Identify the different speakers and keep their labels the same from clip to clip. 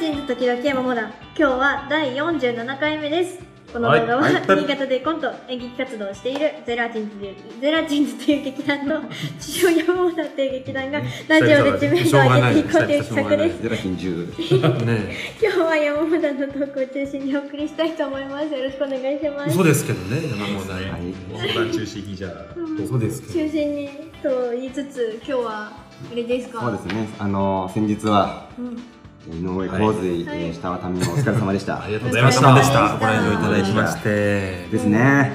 Speaker 1: ジンズ時々山モダン今日は第47回目ですこの
Speaker 2: はい
Speaker 1: 動画は、
Speaker 3: はい
Speaker 1: 新潟でコント演劇活動をしているゼラチンズというゼラチンズという劇団と父親山モダンという劇団がラジオで 知名度を上げていこうという企画です
Speaker 3: ゼラチン10。
Speaker 2: ね
Speaker 1: 今日は山本さんのトークを中心にお送りしたいと思います。よろしくお願いしま
Speaker 2: え
Speaker 1: す。
Speaker 2: 嘘ですけどね山本さん
Speaker 3: はい
Speaker 4: 相談中心にじゃあ、
Speaker 1: うん
Speaker 2: 嘘ですけ
Speaker 1: 中心にと言いつつ、今日はあれですか。
Speaker 3: そうですね。あの先日は
Speaker 1: うん
Speaker 3: 井上康水、
Speaker 1: はい
Speaker 3: えー下は民のお疲れ様でし
Speaker 2: ど
Speaker 3: た
Speaker 2: あ。りがとうございました
Speaker 1: お疲れ様でした
Speaker 2: ご覧いただきまして
Speaker 3: ですね。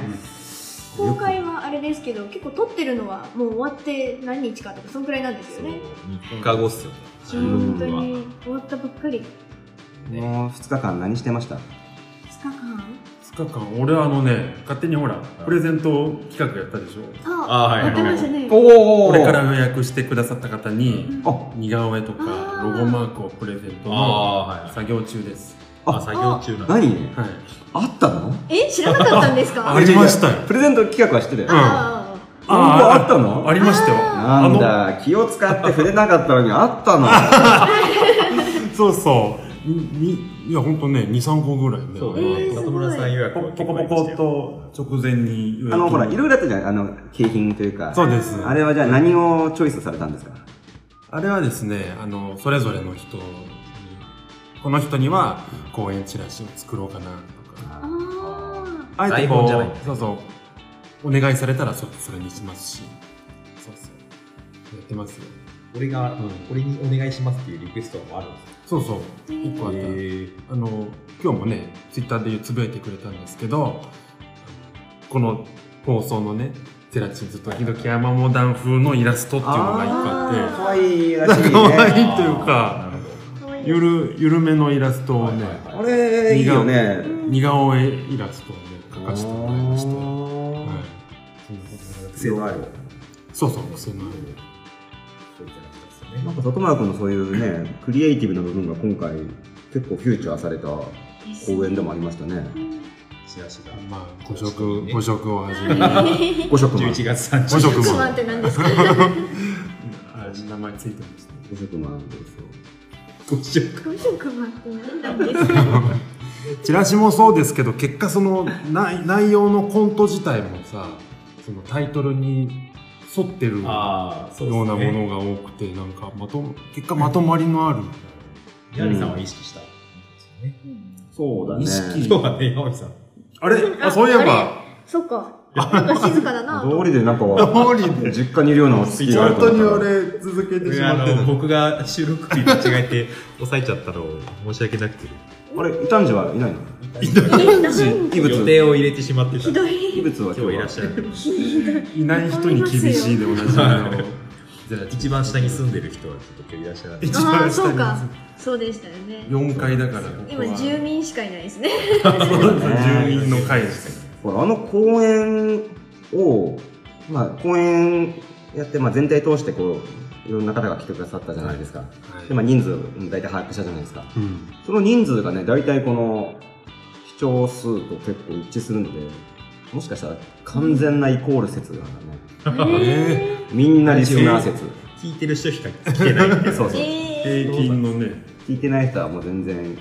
Speaker 1: 公開はあれですけど、結構撮ってるのはもう終わって何日かとか、そんくらいなんですよね。
Speaker 4: 3日後っすよね。
Speaker 1: 本当に終わったばっかり。
Speaker 3: もう2日間何してました？
Speaker 1: 2日間。
Speaker 2: 2日間俺はあのね勝手にほらプレゼント企画やったでしょ
Speaker 1: あ、
Speaker 4: あー、は
Speaker 1: や
Speaker 4: い
Speaker 1: ってましたね。
Speaker 3: お
Speaker 2: これから予約してくださった方
Speaker 1: う
Speaker 2: に
Speaker 1: ん
Speaker 3: あ
Speaker 2: 似顔絵とか
Speaker 1: あー
Speaker 2: ロゴマークをプレゼントの
Speaker 4: あー、はい。
Speaker 2: 作業中です
Speaker 4: あ、作業中なんだ。
Speaker 3: 何？
Speaker 2: はい
Speaker 3: あったの？
Speaker 1: え、知らなかったんですか。
Speaker 2: ありましたよ
Speaker 3: プレゼント企画は知ってたよ。
Speaker 1: あー
Speaker 3: ああった
Speaker 2: あ
Speaker 3: の？
Speaker 2: りましたよ
Speaker 3: な
Speaker 2: あ
Speaker 3: ん
Speaker 2: の
Speaker 3: だ気を使って触れなかったのにあっ たの。
Speaker 2: そうそう。にいや、本当ね、2、3個ぐらいね。
Speaker 4: そう
Speaker 1: えーす
Speaker 4: ね。
Speaker 1: ごい
Speaker 4: 里村さん予約
Speaker 2: ポコ
Speaker 4: は結
Speaker 2: ポ
Speaker 4: 構
Speaker 2: コ
Speaker 4: やりましたよ
Speaker 2: と直前に
Speaker 3: あのほらい
Speaker 2: い
Speaker 3: ろいろあったじゃん。あの景品というか。
Speaker 2: そうです。
Speaker 3: あれはじゃあ何をチョイスされたんですか？
Speaker 2: あれはですね、あの、それぞれの人に、この人には公演チラシを作ろうかなとか、
Speaker 1: あ
Speaker 2: あえてこ、
Speaker 4: 台本じゃないう
Speaker 2: そうそう、お願いされたらそそれにしますし、そうそう、やってますよ。
Speaker 4: 俺が、
Speaker 2: うん
Speaker 4: 俺にお願いしますっていうリクエストもあるんです
Speaker 2: そ
Speaker 4: よ
Speaker 2: うそう、
Speaker 1: えー
Speaker 2: 一個あった。
Speaker 4: え
Speaker 2: あの今日もねツイッターでつぶやいてくれたんですけどこの放送のね「ゼラチンズ時々山モダン風のイラスト」っていうのが一個あっ
Speaker 3: 可愛いらしいね。
Speaker 2: 可愛い
Speaker 4: ー。
Speaker 2: というか
Speaker 4: あー、なるほど
Speaker 1: ー、かわいい。
Speaker 2: てゆるゆるめのイラストをね、
Speaker 4: はいはい
Speaker 3: あれいいよね。
Speaker 2: 似顔絵イラストをね描かせてもらいまして、
Speaker 3: お
Speaker 2: は
Speaker 3: ー
Speaker 2: い、
Speaker 3: 癖のある。
Speaker 2: そうそう癖のある
Speaker 4: そういった感じですよ
Speaker 3: なん
Speaker 4: ね
Speaker 3: か里村君のそういうね、クリエイティブな部分が今回結構フューチャーされた公演でもありましたね。
Speaker 4: チラシが。
Speaker 2: まあ5色五色をはじめ
Speaker 3: 五色マン。
Speaker 4: 11月30日。
Speaker 2: 五色
Speaker 1: 一
Speaker 2: も
Speaker 1: 番って何ですか。
Speaker 2: あ名前ついてますね
Speaker 3: 五色マンですよ。
Speaker 4: 五色。
Speaker 1: 五色マンって何なんですか。
Speaker 2: チラシもそうですけど結果その内内容のコント自体もさそのタイトルに沿ってるよ
Speaker 4: ああ、そううですね。
Speaker 2: なものが多くてなんかまと結果まとまりのある
Speaker 4: ヤリさんは意識したんですよね。
Speaker 3: そうだね。
Speaker 2: 意識
Speaker 4: 今日はね、ヤオさん。
Speaker 2: あれあそういえば
Speaker 1: そっか。なんか静かだなと。
Speaker 3: 道理でなんか
Speaker 2: 通りで
Speaker 3: 実家にいるようなお好 き
Speaker 2: 本当に
Speaker 3: あれ。
Speaker 2: 俺続けてし
Speaker 4: あ
Speaker 2: まってた
Speaker 4: の僕が収録日間違え て抑えちゃったのを申し訳なくて
Speaker 3: あれ、異端児はいないの 異
Speaker 4: 予
Speaker 3: 物。
Speaker 4: 定を入れてしまってた
Speaker 1: ひ
Speaker 4: 今
Speaker 1: ど
Speaker 3: 異
Speaker 1: い。
Speaker 3: 物は
Speaker 4: 日いらっしゃる
Speaker 2: いない人に厳しいで同じなの
Speaker 4: 一番下に住んでる人はちょっと今日いらっしゃらない
Speaker 2: 一
Speaker 1: ああ、
Speaker 2: 番
Speaker 1: そ
Speaker 2: 下
Speaker 1: うか
Speaker 2: に。
Speaker 1: そうでしたよね。
Speaker 2: 4階だからここは
Speaker 1: 今住民しかいないですね。
Speaker 2: そうそう 住民の会です
Speaker 3: ほら、あの公演を、まあ、公演やって、まあ、全体通してこう、いろんな方が来てくださったじゃないですか。で、まあ、人数も大体把握したじゃないですか。
Speaker 2: うん
Speaker 3: その人数がね、大体この視聴数と結構一致するので、もしかしたら完全なイコール説があるね。
Speaker 2: え
Speaker 3: みんなリスナー 説。
Speaker 4: 聞いてる人しか聞けない
Speaker 3: そうそう。
Speaker 2: ー
Speaker 3: 聞
Speaker 1: え
Speaker 2: 平均のね
Speaker 3: いてない人はもう全然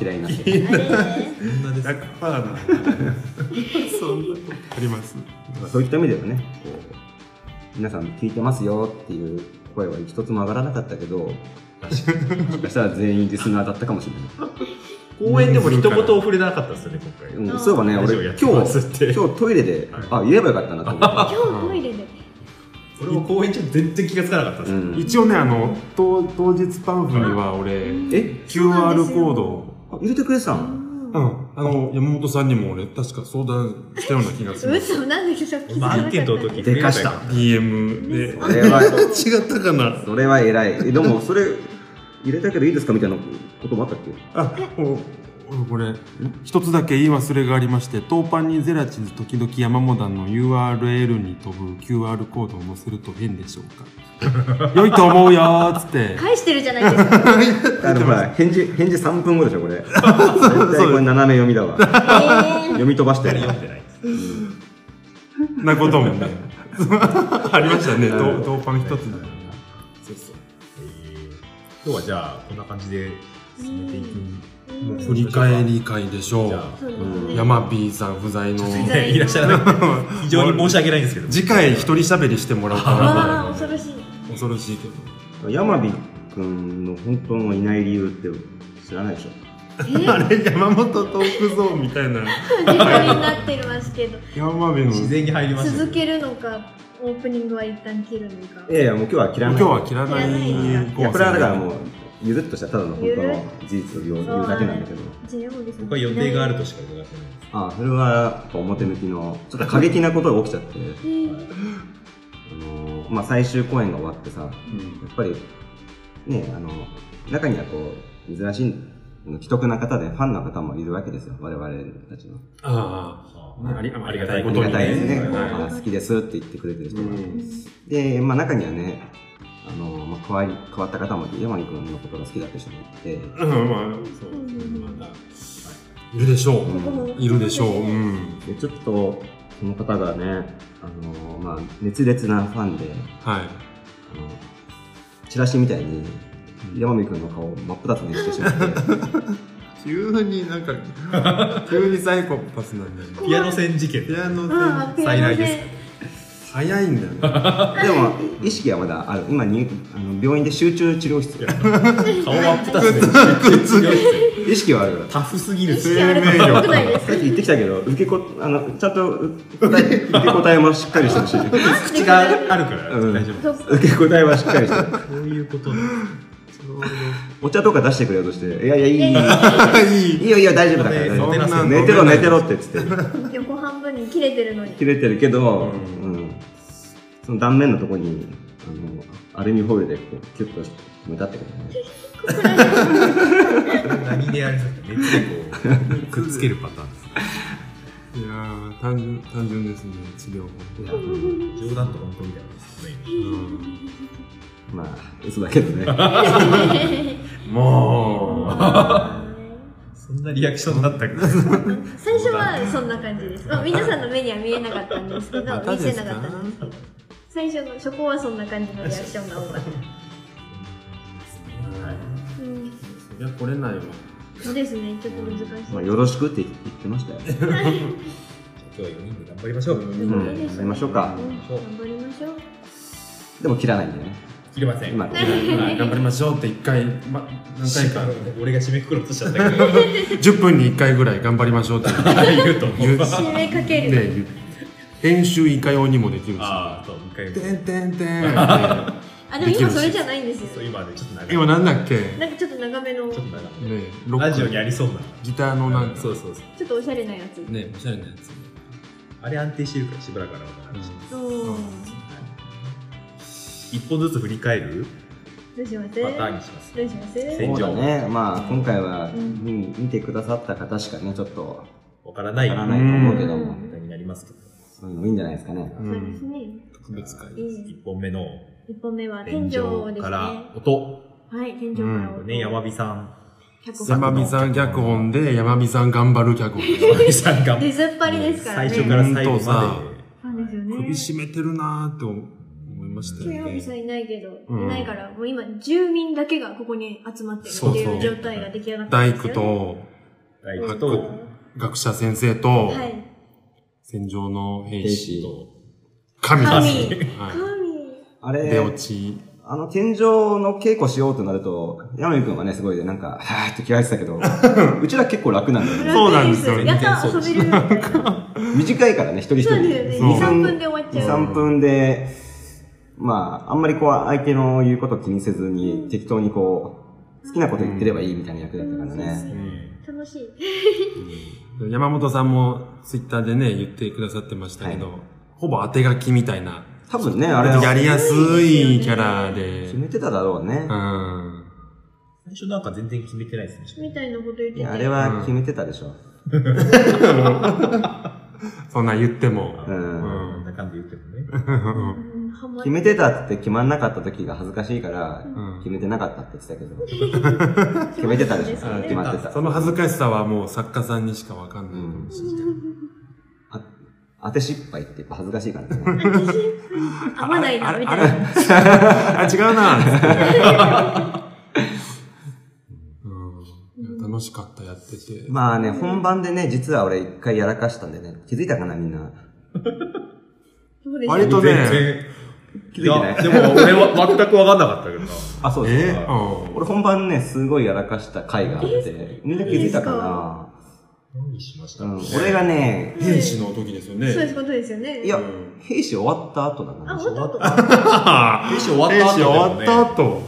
Speaker 3: 嫌いになって
Speaker 1: え
Speaker 3: る。
Speaker 1: ー。
Speaker 4: 女です
Speaker 2: 100%なそんなことあります
Speaker 3: そういった意味ではね、こう、皆さん聞いてますよっていう声は一つも上がらなかったけど、もしかしたら全員リスナーだったかもしれない。
Speaker 4: 公園でも一言も触れなかったですよね今
Speaker 3: うん、そういえばね、
Speaker 4: 回
Speaker 3: 俺今
Speaker 4: やっ
Speaker 3: 日
Speaker 4: て、ますって
Speaker 3: 今日トイレで、あ、言えばよかったなと思っ
Speaker 1: 今日トイレで。
Speaker 4: 俺も公園中全然気がつかなかったで
Speaker 3: た。う
Speaker 4: す
Speaker 3: ん。
Speaker 2: 一応ねあの当当日パンフには俺
Speaker 3: え
Speaker 1: そうなんです
Speaker 2: QR
Speaker 1: よ
Speaker 2: コードを
Speaker 3: あ入れてくれてたの
Speaker 2: うん、あの山本さんにも俺確か相談したような気がする
Speaker 1: 嘘、なんで気づかな
Speaker 4: ま
Speaker 1: か
Speaker 4: あア
Speaker 1: った
Speaker 4: ンケートの時
Speaker 2: DM で
Speaker 3: それは、
Speaker 2: 違ったかな
Speaker 3: それは偉い。えでも、それ、入れたけどいいですかみたいなこともあったっけ
Speaker 2: あおおこれ一つだけ言い忘れがありまして当パンにゼラチンズ時々山モダンの URL に飛ぶ QR コードを載せると変でしょう か良いと思うよーっつって
Speaker 1: 返してるじゃないですか。
Speaker 3: あの、ほら、返事、返事3分後でしょ、こ れ。絶対これ斜め読みだわ。
Speaker 1: え
Speaker 3: 読み飛ばしてる。
Speaker 4: 読んでないです
Speaker 2: なこともね ありましたね当当パン一つで
Speaker 4: 今日はじゃあこんな感じで進めていく。
Speaker 1: うん
Speaker 4: も
Speaker 2: 振り返り会でしょ
Speaker 4: じゃ
Speaker 2: う。
Speaker 1: そうですね。
Speaker 2: 山 P さん不在の。
Speaker 1: 不
Speaker 4: あ、
Speaker 1: 在
Speaker 4: ね、いらっしゃらない。 非常に申し訳ないんですけど。
Speaker 2: 次回一人喋りしてもらおうかな。
Speaker 1: ああ、恐ろしい。
Speaker 2: 恐ろしいけど。
Speaker 3: 山火くんの本当のいない理由って知らないでしょ
Speaker 2: あれ、山本トークゾーンみたいな。
Speaker 1: 時間になってますけど、
Speaker 2: 山火の。
Speaker 4: 自然に入りましたね。
Speaker 1: 続けるのか、オープニングは一旦切るのか。
Speaker 3: いやいやもう今日は切らな
Speaker 2: 今
Speaker 3: い
Speaker 2: 日は切らない
Speaker 3: いやこれはだからもうゆるっとしたただの本当の事実を言
Speaker 1: ゆ
Speaker 3: う
Speaker 1: るっ
Speaker 3: 言うだけなんだけど
Speaker 4: 僕は予定があると
Speaker 1: し
Speaker 4: しか伺ってないです。
Speaker 3: ああそれはやっぱ表向きのちょっと過激なことが起きちゃって、
Speaker 1: て。うん
Speaker 3: あのまあ、最終公演が終わってさや
Speaker 2: うん
Speaker 3: っぱりねあの中にはこう珍しい既得な方でファンの方もいるわけですよ我々たちの
Speaker 2: ああ、ありありがたい
Speaker 4: 本
Speaker 2: こ
Speaker 4: 当
Speaker 2: と
Speaker 3: あ
Speaker 4: に
Speaker 3: り
Speaker 2: に
Speaker 3: がたいで
Speaker 2: ね。
Speaker 3: すね、こう
Speaker 2: は
Speaker 3: あ好きですって言ってくれてる
Speaker 2: い
Speaker 3: 人が、で、まあ、中にはねあの、まあ、変わり変わった方もいて山井君のことが好きだって人もいて
Speaker 2: うん、まあ、そう、また。いるでしょう。いるでしょう。うん。
Speaker 3: でちょっとその方がねあの、まあ、熱烈なファンで
Speaker 2: はい。
Speaker 3: あのチラシみたいに山見君の顔を真っ二つにしてしまって
Speaker 2: 急になん か、急にサイコパスなんだよね。
Speaker 4: ピアノ戦事件。
Speaker 2: ピアノ
Speaker 1: ああ、
Speaker 2: 戦
Speaker 1: ピア
Speaker 4: 再
Speaker 1: ノ
Speaker 4: 来
Speaker 1: で
Speaker 4: ですす
Speaker 2: 早いんだ よね。
Speaker 3: でも意識はまだある今にあの病院で集中治療室
Speaker 4: 顔は 二つで。
Speaker 3: 意識はあるから
Speaker 4: タフすぎる。
Speaker 1: 意識あると良くないです
Speaker 3: さっき言ってきたけど受けこあのちゃんとう答え受け答えもしっかりしてほしい
Speaker 4: 口があるから
Speaker 3: うん
Speaker 4: 大丈夫。
Speaker 1: そっか
Speaker 3: 受け答えはしっかりして
Speaker 4: こういうこと。
Speaker 3: お茶とか出してくれようとして「いやいやいい
Speaker 1: いやい
Speaker 3: いいいよいいよ大丈夫だから大丈
Speaker 4: そんな
Speaker 3: 夫
Speaker 2: の
Speaker 3: 寝てろ寝てろ」ってつって
Speaker 1: 横半分に切れてるのに
Speaker 3: 切れてるけど、
Speaker 2: う
Speaker 3: うんその断面のとこにあのアルミホイルでこうキュッと止めたってことね
Speaker 4: 何であれですか。熱でこうくっつけるパターンです。
Speaker 2: いやー、単純、単純ですね、治療
Speaker 4: いや
Speaker 2: 法。
Speaker 4: 冗談と本当みたいなですね。
Speaker 2: うん
Speaker 3: まあ嘘だけどねま
Speaker 2: も
Speaker 4: そんなリアクションになったっけ
Speaker 1: 最初はそんな感じです、まあ、皆さんの目には見えなかったんですけど
Speaker 2: また
Speaker 1: 見
Speaker 2: で
Speaker 1: せ
Speaker 2: すか
Speaker 1: なかったんですけど最初の初行はそんな感じのリアクションが多かったうん
Speaker 2: う、そりゃ来れないわ。
Speaker 1: そうですねちょっと難しい、
Speaker 3: あよろしくって言ってましたよ、
Speaker 4: 今日は4人で頑張りましょう。
Speaker 3: う
Speaker 1: そ
Speaker 3: ん、
Speaker 1: うですね
Speaker 3: やりましょうか
Speaker 1: うん頑張りましょう
Speaker 3: でも切らないんだよね
Speaker 4: 切れません。
Speaker 3: 今切らない
Speaker 2: はい頑張りましょうって一回、ま、何回 か。
Speaker 4: 俺が締めくくろうとしちゃったけど、
Speaker 2: 10分に1回ぐらい頑張りましょうって
Speaker 4: 言うと。
Speaker 2: 言う。ね
Speaker 1: 締めかける、
Speaker 2: 言う編集いかようにもできるし。
Speaker 4: ああ、そう、一回。
Speaker 2: てんてんてん。
Speaker 1: あでも今それじゃないんです
Speaker 4: そう
Speaker 1: よ
Speaker 4: 今ね、ちょっと長い。
Speaker 2: 今
Speaker 4: ちょ
Speaker 2: なんだっけ
Speaker 1: なんかちょっと長めの
Speaker 4: っと
Speaker 1: ち
Speaker 4: 長い。
Speaker 2: ねロック
Speaker 4: ラジオにありそうな。
Speaker 2: ギターのなんか。
Speaker 4: そうそうそう。
Speaker 1: ょっとおしゃれなやつ、
Speaker 2: ねおしゃれなやつ。
Speaker 4: あれ安定してるから、しばらくはまだ話。
Speaker 1: お
Speaker 2: う
Speaker 1: ー
Speaker 2: ん
Speaker 4: 一本ずつ振り返る
Speaker 1: どうします
Speaker 4: パターンにします。
Speaker 1: どうします
Speaker 4: せ
Speaker 3: そうだねまあ今回は、
Speaker 1: うん
Speaker 3: 見見てくださった方しかねちょっと
Speaker 4: わからない。
Speaker 3: わからないと思うけども、
Speaker 1: うん
Speaker 4: になりますけど。
Speaker 3: そういうのもいいんじゃないですかね、
Speaker 2: う
Speaker 1: そうです
Speaker 2: ん。
Speaker 1: ね
Speaker 2: 特別会。
Speaker 1: いい
Speaker 4: 一本目の
Speaker 1: 一本目は天井
Speaker 4: 天
Speaker 1: です
Speaker 4: 井
Speaker 1: ね
Speaker 4: から
Speaker 1: は
Speaker 4: 音。
Speaker 1: い天井から音
Speaker 4: ね、山火さ ん。
Speaker 1: 脚本
Speaker 2: 山美さん脚本で山美さん頑張る脚本です
Speaker 4: 山火さんが
Speaker 1: 出ずっぱりですからね。
Speaker 4: 最初から最後
Speaker 2: ほんとさ
Speaker 4: まで。
Speaker 1: そうですよね。
Speaker 2: 首絞めてるなーって思いました
Speaker 1: 金
Speaker 2: よ
Speaker 1: 曜日
Speaker 2: ね
Speaker 1: さんいないけど、
Speaker 2: うん
Speaker 1: いないから、もう今、住民だけがここに集まってるって
Speaker 2: そ
Speaker 1: いうう
Speaker 2: そう
Speaker 1: 状態が出来上がって
Speaker 2: 大
Speaker 1: んです
Speaker 2: 工
Speaker 1: よね。
Speaker 2: と
Speaker 4: 大
Speaker 1: 工
Speaker 4: 工
Speaker 1: と
Speaker 4: と、
Speaker 2: 学者先生と
Speaker 1: はい。
Speaker 2: 戦場の兵
Speaker 3: 兵
Speaker 2: 士
Speaker 3: 士
Speaker 4: と、
Speaker 2: 神で
Speaker 1: 神。
Speaker 2: すは
Speaker 1: 神。
Speaker 3: あ
Speaker 2: い出
Speaker 3: れ
Speaker 2: 落ち
Speaker 3: あの天井の稽古しようとなると山見君はねすごいねなんかはーって気合いしてたけどうちら結構楽なんだよね
Speaker 2: そうなんですよ
Speaker 1: やった遊べるみたいな。
Speaker 3: 短いからね、一人一人。
Speaker 1: そうです
Speaker 2: よね
Speaker 3: 2
Speaker 1: 2 3分で終わっちゃう
Speaker 3: 2 3分で、まあ、あんまりこう、相手の言うことを気にせずに、適当にこう、好きなこと言ってればいいみたいな役だったからね。
Speaker 1: 楽しい。
Speaker 2: 山本さんもツイッターでね言ってくださってましたけど、ほぼ当て書きみたいな
Speaker 3: 多分ね、あれ
Speaker 2: や
Speaker 3: は
Speaker 2: りやすいキャラで
Speaker 3: 決めてただろうね
Speaker 2: う。ん
Speaker 4: 最初なんか全然決めてないですね。
Speaker 1: みたいなこと言っ
Speaker 3: い
Speaker 1: て
Speaker 3: や、あ
Speaker 1: て
Speaker 3: れ。は決めてたでしょ。
Speaker 2: そんなん言っても、
Speaker 3: う。
Speaker 2: うん
Speaker 4: なん
Speaker 2: ん
Speaker 4: だかんだ言ってもね。
Speaker 1: うんハマ
Speaker 3: 決めてたって決まんなかった時が恥ずかしいから
Speaker 2: ん、
Speaker 3: 決めてなかったって言ってたけど。決めてたでしょ。
Speaker 1: 決まってたんですよね
Speaker 3: 決まってた
Speaker 2: そ。の恥ずかしさはもう作家さんにしかわかんないかもしれない、
Speaker 3: あ当て失敗ってやっぱ恥ずかしいからね。
Speaker 1: 合わないな、みたい
Speaker 2: あれ
Speaker 1: な。
Speaker 2: あ、違うな。うん楽しかった、やってて。
Speaker 3: まあね、本番でね、実は俺一回やらかしたんでね、気づいたかな、みんな。
Speaker 1: どうでし
Speaker 2: 割
Speaker 1: ょう
Speaker 2: とね
Speaker 4: 全然。
Speaker 3: 気づいてない
Speaker 4: やでも俺は全く分かんなかったけどな。
Speaker 3: あ、そうです
Speaker 2: え
Speaker 3: か。
Speaker 2: ーうん
Speaker 3: 俺本番ね、すごいやらかした回があって、みんな気づいたかな。
Speaker 4: 何しました
Speaker 3: うん、俺がね、
Speaker 2: 兵士の時ですよね。
Speaker 1: そういうことですよね。
Speaker 3: いや
Speaker 2: うん
Speaker 3: 兵士終わった後だ
Speaker 1: あ、
Speaker 3: な。
Speaker 1: 本当と
Speaker 4: 練習終わった
Speaker 2: 兵
Speaker 4: 後
Speaker 2: 士終
Speaker 4: だよ
Speaker 2: わ
Speaker 4: ね
Speaker 2: った後。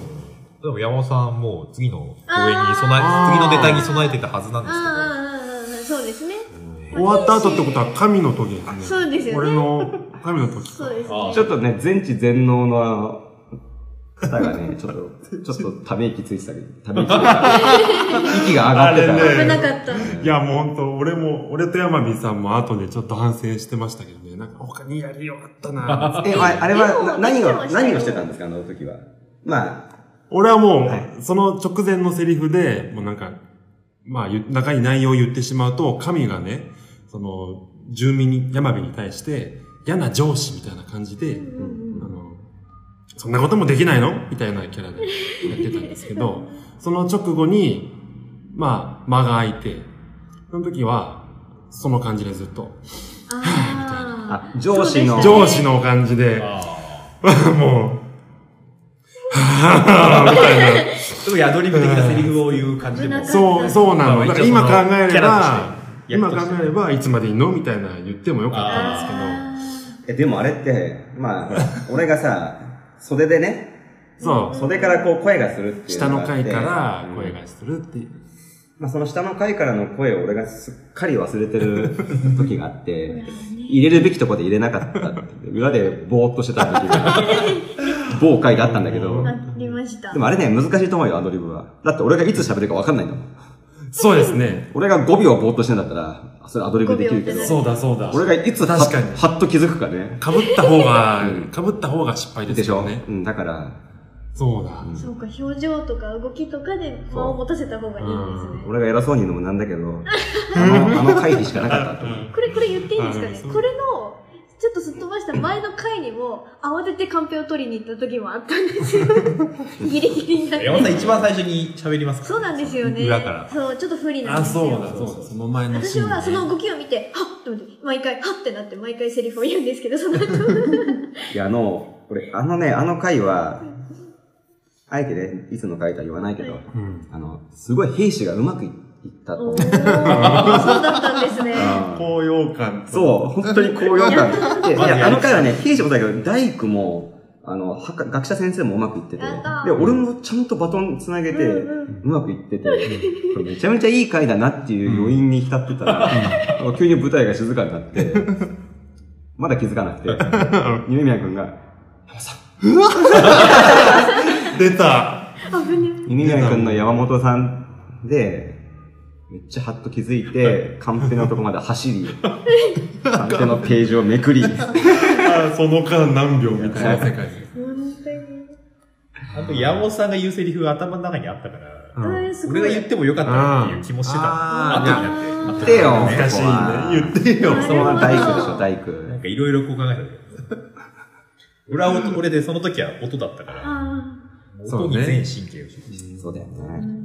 Speaker 4: でも山本さんもう次の公演に備
Speaker 2: あ
Speaker 4: え、
Speaker 2: ー
Speaker 4: 次のネタに備えてたはずなん
Speaker 1: ああ、
Speaker 4: ですけど。
Speaker 1: ああ、そうですね。
Speaker 2: 終わった後ってことは神の時ですね。
Speaker 1: そうですよね
Speaker 2: 俺の神の時
Speaker 1: そうです
Speaker 4: あ
Speaker 1: ね。
Speaker 3: ちょっとね、全知全能の方が ね、ちょっと、ちょっとため息ついてたり、ため息ついてた り息が上がってた。
Speaker 2: あれね
Speaker 1: 危なかった。
Speaker 2: いや、もう本当、俺も、俺と山火さんも後でちょっと反省してましたけどね、なんか他にやりよかったな
Speaker 3: え、ああれ
Speaker 1: でも
Speaker 3: はな何
Speaker 1: でも
Speaker 3: を、
Speaker 1: したよ
Speaker 3: 何をしてたんですか、あの時は。まあ、
Speaker 2: 俺はもう、
Speaker 3: は
Speaker 2: その直前のセリフで、もうなんか、まあ、ゆ中に内容を言ってしまうと、神がね、その、住民に、山火に対して、嫌な上司みたいな感じで、あの、そんなこともできないのみたいなキャラでやってたんですけど、その直後に、まあ、間が空いて、その時は、その感じでずっと、
Speaker 1: あ
Speaker 3: あ上司の
Speaker 2: 上司の感じで、 もう、はぁみたいな。
Speaker 4: ちょっとヤドリブ的なセリフを言う感じで
Speaker 1: 危な
Speaker 4: も
Speaker 1: か。った
Speaker 2: そう、そうなの。だから今考えれば、
Speaker 4: キャ
Speaker 2: 今
Speaker 4: ラと
Speaker 2: 考
Speaker 4: して
Speaker 2: えれば、いつまでいんのみたいな言ってもよかったんですけど。
Speaker 1: あ
Speaker 3: え、でもあれって、まあほら、俺がさ、袖でね、
Speaker 2: そう。
Speaker 3: 袖からこう声がするっていう
Speaker 2: 下
Speaker 3: があ
Speaker 2: の
Speaker 3: って
Speaker 2: 階から
Speaker 3: うん
Speaker 2: 声がするっていう。
Speaker 3: まあその下の階からの声を俺がすっかり忘れ てる時があって、入れるべきとこで入れなかったって裏でぼーっとしてた時 が、某回があったんだけど
Speaker 1: あ、、ありました
Speaker 3: で。もあれね、難しいと思うよ、アドリブは。だって俺がいつ喋るかわかんないんだもん。
Speaker 2: そうですね。
Speaker 3: 俺が5秒ぼーっとしてんだったら、あそれアドリブできるけど
Speaker 1: 5秒っ、てね
Speaker 2: そうだそうだ。
Speaker 3: 俺がいつは
Speaker 2: 確かに
Speaker 3: はっと気づくかね。
Speaker 2: かぶった方が、かぶった方が失敗で
Speaker 3: ですし
Speaker 2: よ
Speaker 3: ょ、
Speaker 2: ね。
Speaker 3: うん、だから、
Speaker 2: そうだ。
Speaker 1: そうか、表情とか動きとかで間を持たせた方がいいんですね。
Speaker 3: 俺が偉そうに言うのもなんだけど、あ の、あの会議しかなかったと思う。
Speaker 1: これ、これ言っていいんです
Speaker 2: う
Speaker 1: か
Speaker 2: ん
Speaker 1: ねこれの、ちょっとすっ飛ばした前の回にも、慌ててカンペを取りに行った時もあったんですよ。ギリギリになって。
Speaker 4: 山本さん一番最初に喋りますから
Speaker 1: そうなんですよね。
Speaker 4: 裏から。
Speaker 1: そう、ちょっと不利なん
Speaker 2: あ、
Speaker 1: です
Speaker 2: そう
Speaker 1: よ。
Speaker 2: だ、そうだ。その前のシ
Speaker 1: 私
Speaker 2: ーンね。
Speaker 1: はその動きを見て、はっと思って、毎回、はっってなって、毎回セリフを言うんですけど、その後。
Speaker 3: いや、あの、俺、あのね、あの回は、あえてね、いつの回とは言わないけど、
Speaker 2: うん。
Speaker 3: あの、すごい兵士がうまくいったと
Speaker 1: お
Speaker 3: 思う
Speaker 1: ー、。そうだったんですね。
Speaker 3: うん
Speaker 2: 高揚感と
Speaker 3: そう、本当に高揚感。 で、い
Speaker 4: まだやり
Speaker 3: や、あの回はね、兵士もだけど、大工も、あの、はか学者先生もうまくいってて
Speaker 1: やった、
Speaker 3: で、俺もちゃんとバトンつなげて、
Speaker 1: うんう
Speaker 3: うまくいって て、これめちゃめちゃいい回だなっていう余韻に浸ってたら、なんか急に舞台が静かになって、まだ気づかなく て、二宮君が、
Speaker 2: 出た。
Speaker 1: 危ね
Speaker 3: 二宮君の山本さんで、めっちゃハッと気づいて、カンペのとこまで走り、カンペのページをめくり、
Speaker 2: あその間何秒みたいな世界
Speaker 1: え。本当に。
Speaker 4: あと山本さんが言うセリフが頭の中にあったから、
Speaker 1: あーすごい。
Speaker 4: 俺が言ってもよかったなっていう気もしてた。
Speaker 2: あ
Speaker 4: 後
Speaker 2: ー
Speaker 4: になって。
Speaker 3: ってよ
Speaker 2: 難しいね。言ってよ。
Speaker 3: そのまま大工でしょ、
Speaker 1: な
Speaker 3: 大工。
Speaker 4: なんかいろいろこう考えたけど。俺は音、俺でその時は音だったから、
Speaker 1: あ
Speaker 4: 音に全神経を集中して。
Speaker 3: そうだよ
Speaker 1: ーう
Speaker 3: ね。
Speaker 1: ん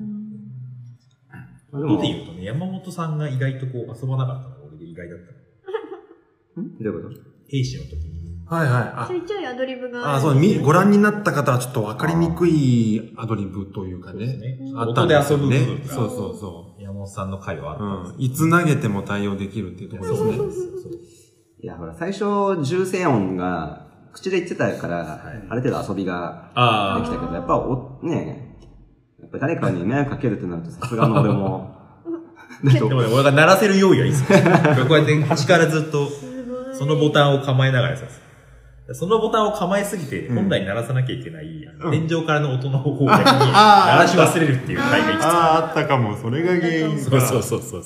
Speaker 3: まあで
Speaker 4: 音
Speaker 3: も、
Speaker 4: で言うとね、山本さんが意外とこう遊ばなかったのが俺で意外だったの。
Speaker 3: どういうこ
Speaker 4: 兵士の時に。
Speaker 2: はいは
Speaker 1: ちょ
Speaker 2: い。
Speaker 1: いちょいアドリブが。
Speaker 2: あ、あそう、み、ご覧になった方はちょっとわかりにくいアドリブというかね。あった
Speaker 4: 音
Speaker 2: ん
Speaker 4: で遊
Speaker 2: すよ
Speaker 4: ぶ部
Speaker 2: ね
Speaker 4: 分が。
Speaker 2: そうそうそ
Speaker 4: 山本さんの会はあった
Speaker 2: う。
Speaker 4: ん
Speaker 2: うん。いつ投げても対応できるっていうところです
Speaker 4: そう
Speaker 2: ね
Speaker 4: なん。ですよ。そう
Speaker 3: といや、ほら、最初、重声音が、口で言ってたから、ある程度遊びができた
Speaker 4: あ
Speaker 3: けど、やっぱ、お、ねえ、やっぱ誰かに迷惑かけるってなると、さすがの俺も、だ
Speaker 4: あ。で
Speaker 3: と、
Speaker 4: もね、俺が鳴らせる用意はいいですよ。こうやって端からずっと、
Speaker 1: すごい。
Speaker 4: そのボタンを構えながらさ、そのボタンを構えすぎて、本来鳴らさなきゃいけない、
Speaker 2: ん
Speaker 4: 天井からの音の方向に鳴らし忘れるっていう回がいくつか
Speaker 2: ああ、あったかも。それが原因
Speaker 4: そう
Speaker 2: か。
Speaker 4: そうそうそう。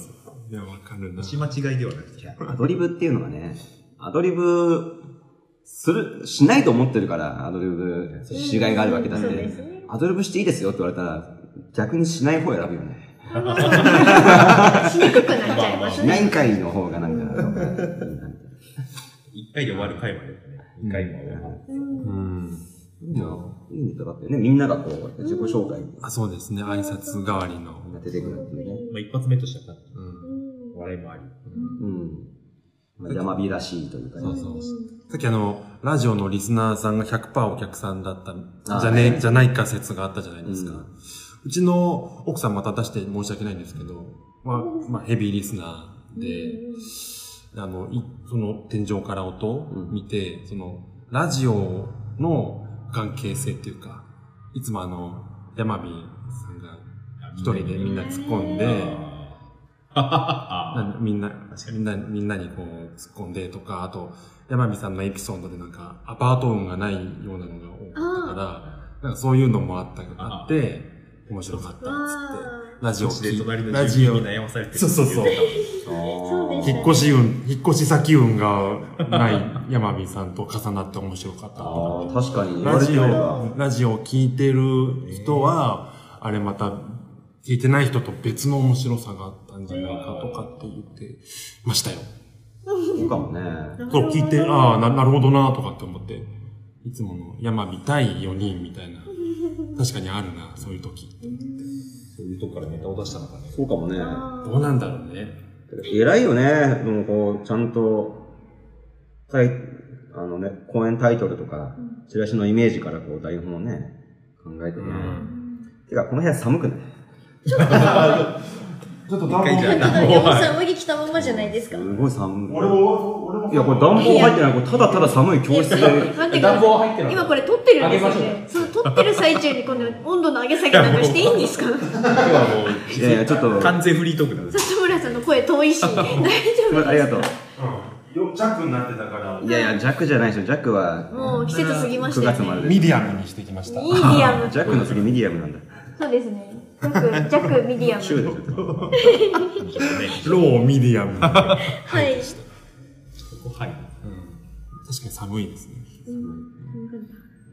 Speaker 2: いや、わかるな
Speaker 4: 押。し間違いではなくて。
Speaker 3: アドリブっていうのはね、アドリブ、する、しないと思ってるから、アドリブ、しがいがあるわけだっ
Speaker 1: そう
Speaker 3: て
Speaker 1: ですね、
Speaker 3: アドリブしていいですよって言われたら、逆にしない方を選ぶよね。
Speaker 1: しにくくなっちゃいます
Speaker 3: し
Speaker 1: ね。
Speaker 3: ないんかいの方がなんか、
Speaker 4: 一回で終わる回までね。一回も終わる。
Speaker 1: うん
Speaker 2: うん。
Speaker 3: いやいいネタだったよね。みんながこう、自己紹介に
Speaker 2: あ、そうですね。挨拶代わりの。
Speaker 3: 出てくるっていうね。
Speaker 4: まあ、一発目としては勝った
Speaker 2: う
Speaker 1: うんん
Speaker 4: 笑いもあり。
Speaker 1: うん
Speaker 3: うん。まあ、山火らしいというかね。
Speaker 2: そうそうさっきあの、ラジオのリスナーさんが100%お客さんだった、
Speaker 3: あ
Speaker 2: じゃ
Speaker 3: は
Speaker 2: ね、
Speaker 3: い
Speaker 2: じゃないか説があったじゃないですか。う
Speaker 3: うん
Speaker 2: ちの奥さんまた出して申し訳ないんですけど、まあ、まあ、ヘビーリスナーで、
Speaker 1: うん
Speaker 2: あの、いその天井から音を
Speaker 3: うん
Speaker 2: 見て、その、ラジオの関係性っていうか、いつもあの、山火さんが一人でみんな突っ込んで、な
Speaker 4: あ
Speaker 2: みんな
Speaker 4: 確、か
Speaker 2: みんな、みんなにこう突っ込んでとか、あと、山美さんのエピソードでなんか、アパート音がないようなのが多かったから、なんかそういうのもあった、あって、面白かったっつ
Speaker 1: わ
Speaker 2: って、
Speaker 1: あ
Speaker 2: ラジオ
Speaker 4: 女子で隣の
Speaker 2: ラ
Speaker 4: 住
Speaker 2: ジ
Speaker 4: 人
Speaker 2: オ
Speaker 4: に、悩まされてる。
Speaker 2: そうそうそ
Speaker 1: そう
Speaker 2: う。
Speaker 1: で
Speaker 2: 引
Speaker 1: す
Speaker 2: っ越し運、引っ越し先運がない山美さんと重なって面白かったとか。
Speaker 3: ああ、確かに言わ
Speaker 2: ラ
Speaker 3: れてみ
Speaker 2: ジ
Speaker 3: れば。
Speaker 2: オ、ラジオを聞いてる人は、あれまた、聞いてない人と別の面白さがあったんじゃないかとかって言ってましたよ。
Speaker 3: そうかもね。
Speaker 1: なるほ
Speaker 2: そ
Speaker 1: ど
Speaker 2: う、聞いて、ああ、ななるほどなとかって思って、いつもの山見たい4人みたいな、確かにあるな、そういう時って。
Speaker 4: そういうとこからネタを出したのかね。
Speaker 3: そうかもね。
Speaker 1: あ
Speaker 2: どうなんだろうね。
Speaker 3: 偉いよね。でもこう、ちゃんと、タイあのね、公演タイトルとか、チラシのイメージからこう、台本をね、考えてね。てか、この部屋寒くない
Speaker 2: ちょっと
Speaker 4: 一回じゃあ
Speaker 1: ーただ、山本さん、上着着たまんまじゃないですか。
Speaker 3: すごい寒い。
Speaker 2: も、俺も
Speaker 3: いや、これ暖房入ってない。これただただ寒い教室
Speaker 1: いや待
Speaker 3: で。
Speaker 1: ってくだ
Speaker 4: 暖
Speaker 1: さ。
Speaker 4: 房入ってないい
Speaker 1: 今これ撮ってるんですよ
Speaker 4: 上げ
Speaker 1: ね。その撮ってる最中に今度温度の上げ下げなんかしていいんですか
Speaker 4: 今日はもう、
Speaker 3: いやいや、ちょっと、
Speaker 4: 完全フリートークなんです。
Speaker 1: 里村さんの声遠いし、大丈夫ですか
Speaker 3: ありがとう。
Speaker 2: よ、ジャックになってたから
Speaker 3: いやいや、ジャックじゃないでしょ。ジャックは、
Speaker 1: もう季節過ぎまし
Speaker 3: 9
Speaker 1: た
Speaker 3: 月
Speaker 1: よ
Speaker 3: ま
Speaker 1: ね。
Speaker 3: でで
Speaker 2: ミ
Speaker 3: す。
Speaker 2: ディアムにしてきました。
Speaker 1: ミディアム。
Speaker 3: ジャックの次ミディアムなんだ。
Speaker 1: そうですね。弱、弱ミディア
Speaker 3: 中
Speaker 1: ム。
Speaker 3: でしょ。
Speaker 2: ローミディ アム。確か
Speaker 1: はい。
Speaker 4: はい。
Speaker 2: に寒いですね。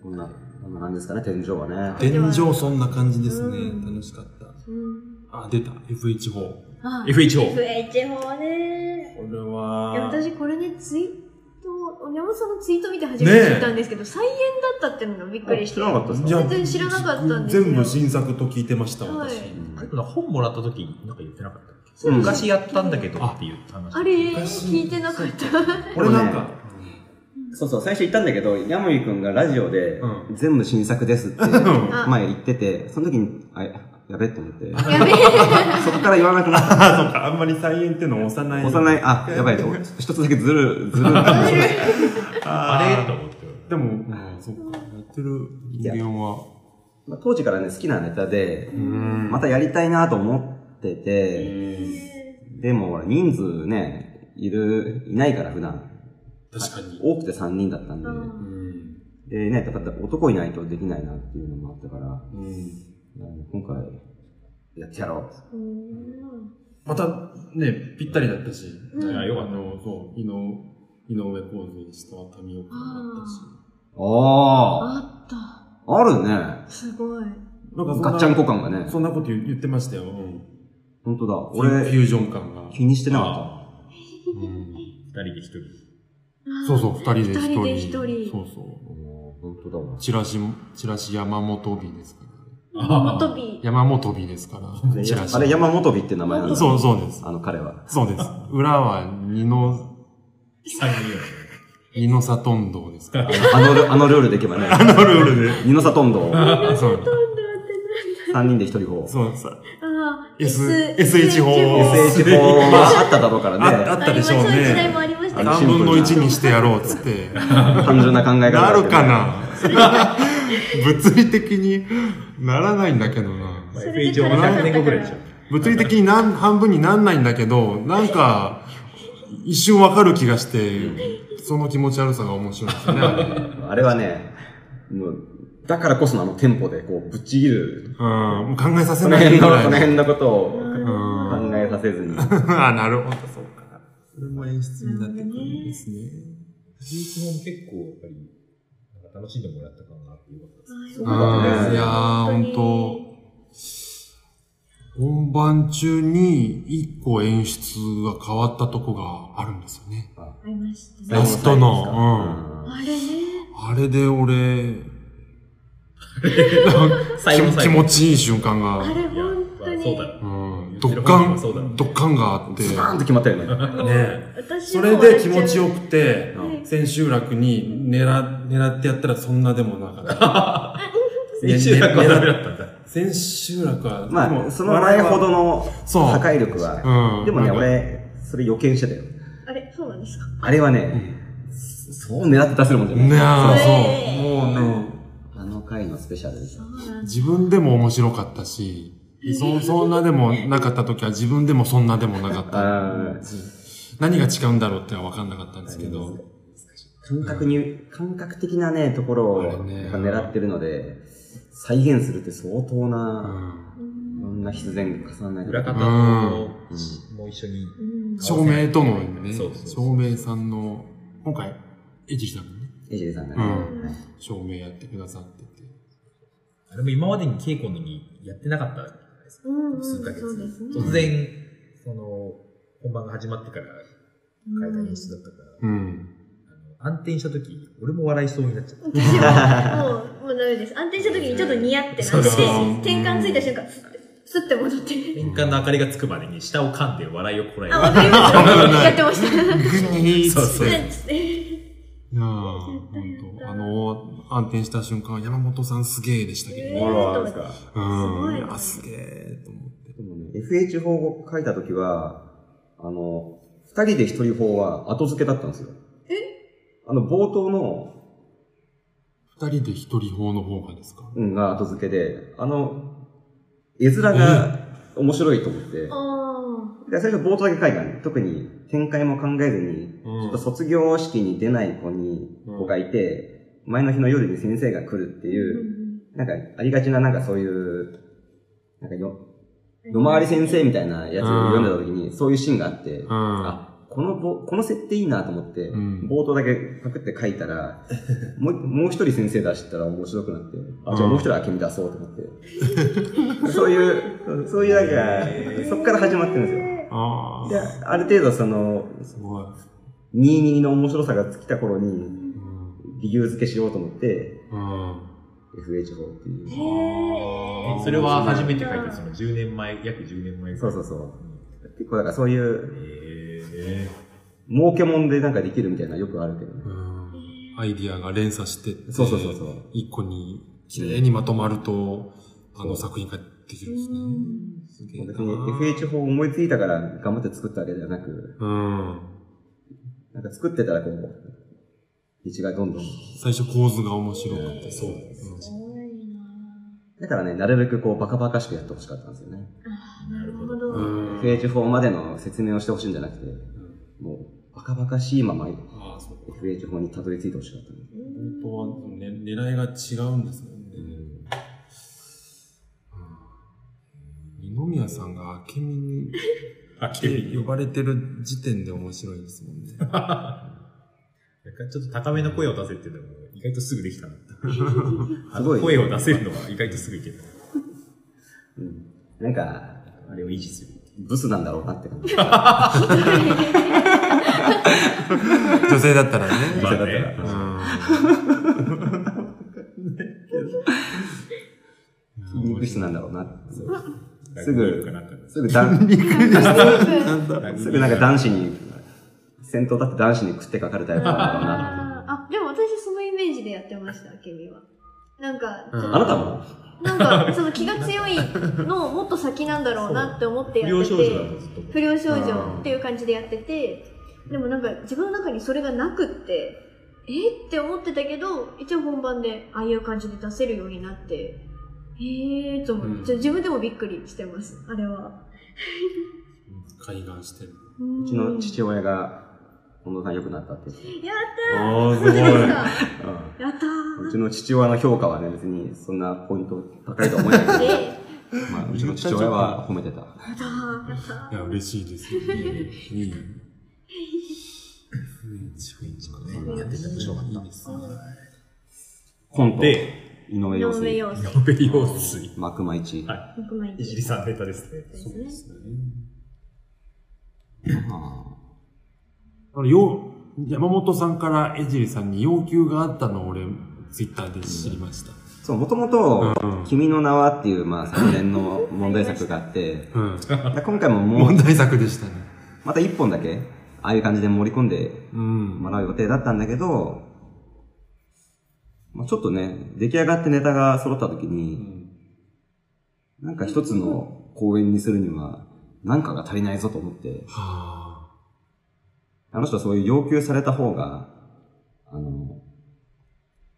Speaker 3: こんな、こんな感じですかね、天井はね。
Speaker 2: 天井そんな感じですね。
Speaker 1: うん
Speaker 2: 楽しかった。
Speaker 1: うん
Speaker 2: あ、出た。FH4。こ
Speaker 1: あ
Speaker 4: FHO。
Speaker 1: FHO ね。
Speaker 2: れ
Speaker 1: いや
Speaker 2: は、
Speaker 1: 私これね、ツイート、山本さんのツイート見て初めて知ったんですけど、再演だったっていうのがびっくりし
Speaker 3: 知
Speaker 1: て。
Speaker 3: らなかったです
Speaker 2: いや
Speaker 1: 全然知らなかったんですよ
Speaker 2: 全部新作と聞いてました、
Speaker 1: はい
Speaker 2: 私。
Speaker 4: あれ、本もらった時、なんか言ってなかったっけ
Speaker 3: うん
Speaker 4: 昔やったんだけどっていう話。
Speaker 1: あれ、聞いてなか った。
Speaker 2: 俺なんか、
Speaker 3: そうそう、最初言ったんだけど、ヤムイ君がラジオで、
Speaker 2: う
Speaker 3: 全部新作で すって、
Speaker 2: ん
Speaker 3: 前言ってて、その時に、あ、やべって思って、
Speaker 1: やべえ。
Speaker 3: そこから言わなくなった。
Speaker 2: あ、そうか、あんまり再演っていうのを押さ ない。
Speaker 3: 幼い、あ、やばい、一つだけずる、ずる。
Speaker 4: あれ
Speaker 2: あ
Speaker 4: と思って。
Speaker 2: ーでも、うん、そっか、やってる人間は。
Speaker 3: まあ当時からね、好きなネタで
Speaker 2: う、ん
Speaker 3: またやりたいなと思ってて、でもほら、人数ね、いる、いないから普段、
Speaker 2: 確かに。
Speaker 3: 多くて3人だったんで、
Speaker 2: うん。
Speaker 3: でね、だから男いないとできないなっていうのもあったから、なんで今回、やってやろう。
Speaker 2: また、ね、ぴったりだったし。
Speaker 1: うん
Speaker 2: あよかった。あの、そう、井上井上公然氏と渡美岡もあったし。
Speaker 3: あ
Speaker 1: あった。
Speaker 3: あ、あるね。
Speaker 1: すごい。
Speaker 2: なんかそんな
Speaker 3: ガッチャンコ感がね。
Speaker 2: そんなこと言言ってましたよ。
Speaker 3: 本当だ。
Speaker 2: 俺、フ
Speaker 3: 俺、
Speaker 2: ュージョン感が。
Speaker 3: 気にしてなかっ
Speaker 4: あー二人で一人。
Speaker 2: そうそう、二人で一人。
Speaker 1: 人で一人
Speaker 2: そうそ
Speaker 3: た。もう本当だわ
Speaker 2: う。。チラシも、チラシ山本美ですから。
Speaker 1: 山本美。
Speaker 2: 山本美ですから。チラシ。
Speaker 3: あれ、山本美って名前なんだ。
Speaker 2: そうそうです。
Speaker 3: あの彼は。
Speaker 2: そうです。裏は二の、
Speaker 4: 三人よ。
Speaker 2: 二の里運動ですから。
Speaker 3: あのル、あのルールでい けばね。あのルールで。二の里んど。
Speaker 2: そう。
Speaker 3: 三人で一人法。
Speaker 2: そうさ。
Speaker 1: ああ
Speaker 2: S SH 法
Speaker 3: SH 法はあっただろうから
Speaker 2: ああ
Speaker 3: ね。
Speaker 2: ったでしょう
Speaker 1: ありました時代
Speaker 2: ね
Speaker 1: も。ありましたけど。
Speaker 2: 何分の一にしてやろうっつって。
Speaker 3: 単純な考え方
Speaker 2: な
Speaker 3: だけど。
Speaker 2: るかな 物理的にならないんだけどな。
Speaker 1: それで
Speaker 4: FHO は何年後ぐらいでしょ。
Speaker 2: 物理的になん半分になんないんだけど、なんか、一瞬わかる気がして、その気持ち悪さが面白いですよね。あれ
Speaker 3: あれはね、もう、だからこそのあのテンポで、こう、ぶっちぎる。
Speaker 2: うん、もう考えさ
Speaker 3: そ
Speaker 2: せ
Speaker 3: の
Speaker 2: ない
Speaker 3: 辺
Speaker 2: ぐ
Speaker 3: の、
Speaker 2: らい
Speaker 3: そ
Speaker 2: の
Speaker 3: の。辺のことを
Speaker 2: う
Speaker 3: 考えさせずに。
Speaker 2: ん。 あ、なるほど、そうか。それも演出になってくるんですね。
Speaker 4: 藤井君も結構やっぱり、なんか楽しんでもらったかなっていうことです。
Speaker 1: そう
Speaker 2: う
Speaker 1: なんです
Speaker 2: ん、い
Speaker 1: よ
Speaker 2: やー、ほんと。本番中に一個演出が変わったとこがあるんですよね。
Speaker 1: ありましたね。
Speaker 2: ラストの
Speaker 1: あれね。
Speaker 2: あれで俺、
Speaker 4: 最後の
Speaker 2: 気
Speaker 4: 最後。
Speaker 2: 持ちいい瞬間が
Speaker 1: あ。れ本当
Speaker 4: いやまあそうだ
Speaker 1: に。
Speaker 2: う
Speaker 4: ろう
Speaker 2: ん、ドッカン、ドッカンがあって、
Speaker 3: ズバーンと決まったよね。
Speaker 2: ね
Speaker 1: 私
Speaker 2: そ
Speaker 1: も
Speaker 2: れで気持ちよくて
Speaker 1: う、ん
Speaker 2: 千秋楽に狙、狙ってやったらそんなでもなかった。
Speaker 4: 練習楽はダメだったんだ。
Speaker 2: 千秋楽は、で
Speaker 3: まあ、
Speaker 2: も
Speaker 3: その前ほどの
Speaker 2: そう
Speaker 3: 破壊力は
Speaker 2: う。ん
Speaker 3: でもね、
Speaker 2: なんか
Speaker 3: 俺、それ予見してたよ。
Speaker 1: あれそうなんですか
Speaker 3: あれはね、そう狙って出せるもんじゃ
Speaker 2: ね
Speaker 3: ない。
Speaker 2: え、
Speaker 1: え
Speaker 2: そ
Speaker 1: ー
Speaker 2: う。もうね、
Speaker 3: あの回のスペシャルです。
Speaker 1: そうなん
Speaker 2: 自分でも面白かったし、そそんなでもなかった時は自分でもそんなでもなかっ
Speaker 3: あ
Speaker 2: た。
Speaker 3: ー
Speaker 2: 何が違うんだろうってのは分かんなかったんですけど、
Speaker 3: 感覚に、感覚的なね、ところを
Speaker 2: あれね
Speaker 3: やっぱ狙ってるので、再現するって相当
Speaker 2: う
Speaker 3: な、
Speaker 2: ん、
Speaker 3: いろんな必然が重なる。
Speaker 4: 裏方
Speaker 2: うん
Speaker 4: も、もう一緒に。
Speaker 1: うん
Speaker 2: 照明とのね
Speaker 4: そうそう、そう
Speaker 2: 照明さんの、今回、エジさんがね、
Speaker 3: エジェイさんが
Speaker 2: う
Speaker 3: ね。
Speaker 2: ん
Speaker 3: はい
Speaker 2: 照明やってくださってて。
Speaker 4: あれも今までに稽古のにやってなかったじゃないですか。
Speaker 1: うんうん
Speaker 4: 数ヶ月。
Speaker 1: そうですね
Speaker 4: 突然、その、本番が始まってから変えた演出だったから、
Speaker 2: うん。
Speaker 4: あの暗転した時、俺も笑いそうになっちゃった。
Speaker 1: 私はもう、もうダメです。安定した時にちょっとニヤってな
Speaker 4: そ
Speaker 1: っ
Speaker 4: う
Speaker 1: て、
Speaker 4: そう
Speaker 1: 転換ついた瞬間、スッて、スッて戻って。
Speaker 4: 玄関の明かりがつくまでに下を噛んで笑いをこらえ
Speaker 1: あ、わ
Speaker 4: る。
Speaker 1: かりました。やってました。
Speaker 4: そうそう。
Speaker 2: いやー、ほんと。あの、暗転した瞬間、山本さんすげーでしたけど
Speaker 1: え
Speaker 2: ね。
Speaker 1: ー
Speaker 3: あらですか。
Speaker 2: うん。い
Speaker 1: すごい
Speaker 2: や、すげーと思って。
Speaker 3: でもね、FH 法を書いたときは、あの、二人で一人法は後付けだったんですよ。
Speaker 1: え
Speaker 3: あの、冒頭の、
Speaker 2: 二人で一人法の方がですか
Speaker 3: うん、が後付けで、あの、絵面が面白いと思って、
Speaker 1: あ
Speaker 3: で最初冒頭だけ書いたの。特に展開も考えずに、
Speaker 2: う
Speaker 3: ちょっと
Speaker 2: ん。
Speaker 3: 卒業式に出ない子に、
Speaker 2: うん
Speaker 3: 子がいて、前の日の夜に先生が来るって
Speaker 1: ー
Speaker 3: いう、なんかありがちななんかそういう、なんかよ、
Speaker 1: う
Speaker 3: 夜
Speaker 1: ん。
Speaker 3: 回り先生みたいなやつを読んでたときに、そういうシーンがあって、
Speaker 2: うん。
Speaker 3: あ、このぼ、この設定いいなと思って、
Speaker 2: うん
Speaker 3: 冒頭だけパクって書いたら、もう、もう一人先生出したら面白くなって、あ、じゃあもう一人明美出そうと思って。そういう、そういうなんか、そっから始まってるんですよ。
Speaker 2: あ
Speaker 3: で
Speaker 2: ー、
Speaker 3: ある程度その、
Speaker 2: すごい。
Speaker 3: 22の面白さが尽きた頃に、
Speaker 2: うん。
Speaker 3: 理由付けしようと思って、
Speaker 2: うん。
Speaker 3: FH 法っていう。
Speaker 1: へー
Speaker 4: えそれは初めて書いた、その10年前、約10年前。
Speaker 3: そうそううそう。結構だからそういう、
Speaker 4: えー
Speaker 3: 儲けもんでなんかできるみたいなのよくあるけどね。
Speaker 2: うんアイディアが連鎖してって
Speaker 3: そうそうそうそう。
Speaker 2: 一個に綺麗にまとまると、あ
Speaker 3: そ
Speaker 2: の
Speaker 3: う
Speaker 2: 作品ができるんですね。すげえな
Speaker 3: 別に FH 法を思いついたから頑張って作ったわけではなく、
Speaker 2: うん。
Speaker 3: なんか作ってたらこう、道がどんどん。
Speaker 2: 最初構図が面白かった。
Speaker 4: そう
Speaker 1: すごいな
Speaker 3: だからね、なるべくこうバカバカしくやってほしかったんですよね。
Speaker 1: あーなるほど。
Speaker 2: う
Speaker 1: うん
Speaker 2: ん。
Speaker 3: FH 法までの説明をしてほしいんじゃなくて、もうバカバカしいまま
Speaker 2: ああ、そうか。
Speaker 3: FH 法にたどり着いてほしかったんです。
Speaker 2: 本当は、ね、狙いが違うんですもんね。うん二宮さんが明美に
Speaker 4: あ、来てみ
Speaker 2: で呼
Speaker 4: る。
Speaker 2: ばれてる時点で面白いですもんね。
Speaker 4: ちょっと高めの声を出せっていうのも意外とすぐできたなって。
Speaker 3: すごい。
Speaker 4: 声を出せるのは意外とすぐいけた。
Speaker 3: うん。なんか、
Speaker 4: あれを維持する。
Speaker 3: ブスなんだろうなって感じ。
Speaker 2: 女性だったら ね。
Speaker 4: まあね。
Speaker 2: うん。
Speaker 3: ブスなんだろうなって。す
Speaker 4: 落語
Speaker 3: ぐ
Speaker 4: 家、なんかね
Speaker 3: すぐだん、
Speaker 4: ぐ
Speaker 3: すぐなんか男子に、先頭だって男子に食ってかかるタイプなんだろうなっ
Speaker 1: あ
Speaker 3: て。
Speaker 1: ーあ、でも私そのイメージでやってました、ケミは。なんか、
Speaker 2: うん
Speaker 3: あなたも
Speaker 1: なんか、その気が強いのをもっと先なんだろうなって思ってや
Speaker 4: 不
Speaker 1: って
Speaker 4: 良少
Speaker 1: て
Speaker 4: 女だ。とずっと思
Speaker 1: 不
Speaker 4: って。
Speaker 1: 良少女っていう感じでやってて、でもなんか自分の中にそれがなくって、えって思ってたけど、一応本番でああいう感じで出せるようになって、えーと思って、ちょ自分でもびっくりしてます、あれは。
Speaker 2: 海岸してる。
Speaker 1: う
Speaker 3: うちの父親が、近藤さん良くなったって言って。
Speaker 1: や
Speaker 2: ああ、す
Speaker 1: ったー本当です
Speaker 2: ご
Speaker 1: か
Speaker 3: う
Speaker 1: やった
Speaker 3: んうちの父親の評価はね、別にそんなポイント高いとは思えない
Speaker 1: ー
Speaker 3: けど、
Speaker 1: え
Speaker 3: まあ、うちの父親は褒めてた。
Speaker 1: やったーやった
Speaker 2: い。いや、嬉しいですよね。いい。
Speaker 4: やってて面白かった
Speaker 2: いいですね。
Speaker 3: コント、井
Speaker 4: で、
Speaker 3: 上
Speaker 1: ー
Speaker 3: 陽
Speaker 1: 井上陽
Speaker 3: 水、
Speaker 1: 水。
Speaker 4: ノベリ用水。
Speaker 3: 幕間一。
Speaker 4: はい
Speaker 1: 僕も言っ
Speaker 4: い
Speaker 1: て
Speaker 4: じりさんネタですね。
Speaker 1: ですね。
Speaker 3: あ
Speaker 2: あの、よう、山本さんから江尻さんに要求があったのを俺、ツイッターで知りました。
Speaker 3: ーそう、もともと、
Speaker 2: うん
Speaker 3: 君の名はっていう、まあ、昨年の問題作があって、
Speaker 2: うん。
Speaker 3: だ今回もも
Speaker 2: 問
Speaker 3: う、
Speaker 2: 題作でしたね。
Speaker 3: また一本だけ、ああいう感じで盛り込んで
Speaker 2: うん。
Speaker 3: もらう予定だったんだけど、まあ、ちょっとね、出来上がってネタが揃った時
Speaker 2: う
Speaker 3: に、
Speaker 2: ん
Speaker 3: なんか一つの公演にするには、なんかが足りないぞと思って、
Speaker 2: は
Speaker 3: あの人はそういう要求された方が、あの、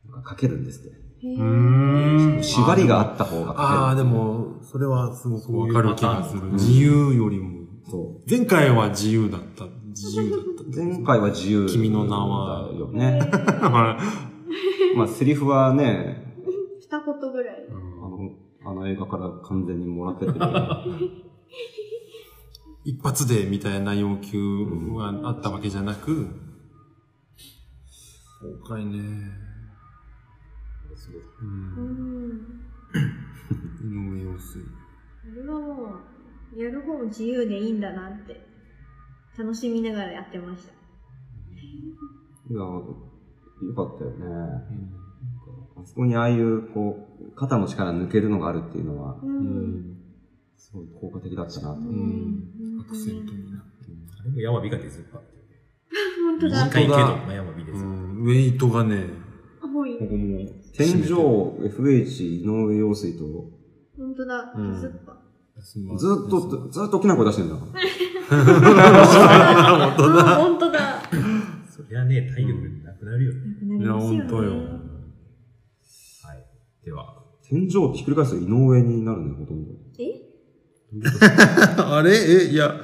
Speaker 3: なんか書けるんですって。
Speaker 1: へー
Speaker 2: あ。うーん。
Speaker 3: 縛りがあった方が書ける。
Speaker 2: ああ、でも、それはすごくわかる気がする。
Speaker 4: そういうパターン
Speaker 2: 自由よりも。
Speaker 3: そう。
Speaker 2: 前回は自由だった。自由だった。
Speaker 3: 前回は自由。
Speaker 2: 君の名は
Speaker 3: だよね。
Speaker 2: は
Speaker 3: まあ、セリフはね、
Speaker 1: 二言ぐらい
Speaker 2: い。。うん
Speaker 3: あの、あの映画から完全にもらっ てて、ね、
Speaker 2: 一発でみたいな要求はあったわけじゃなく、今回ね、
Speaker 1: う
Speaker 2: う、
Speaker 1: んん。
Speaker 2: 井上陽水。
Speaker 1: あれはもう、やる方も自由でいいんだなって、楽しみながらやってました。
Speaker 3: いや、よかったよね。あそこにああいう、こう、肩の力抜けるのがあるっていうのは、
Speaker 1: う。
Speaker 2: うんん。
Speaker 3: すごい効果的だったなと。
Speaker 2: うん。アクセントになってる
Speaker 4: あれも山火が出ずっぱって。
Speaker 1: 本当だ。
Speaker 4: 短いけど、
Speaker 2: 本当だ
Speaker 4: まあ山火で
Speaker 2: う
Speaker 4: す。
Speaker 2: ん。ウェイトがね、
Speaker 1: 多い。
Speaker 2: こも、
Speaker 3: 天井、FH、井上陽水と、
Speaker 1: 本当だ。
Speaker 2: うん
Speaker 1: ずっぱ。
Speaker 3: ずっと、ずっときな声出してんだ。
Speaker 1: 本当だ。本当だ。な
Speaker 4: そりゃね、体力なくなるよね。
Speaker 1: くないり
Speaker 2: や、
Speaker 1: ます
Speaker 2: 本当
Speaker 1: よ
Speaker 2: よ。
Speaker 1: ね。
Speaker 4: はい。では、
Speaker 3: 天井ってひっくり返すと井上になるね、ほとんど。
Speaker 1: え
Speaker 2: あれえ、いや、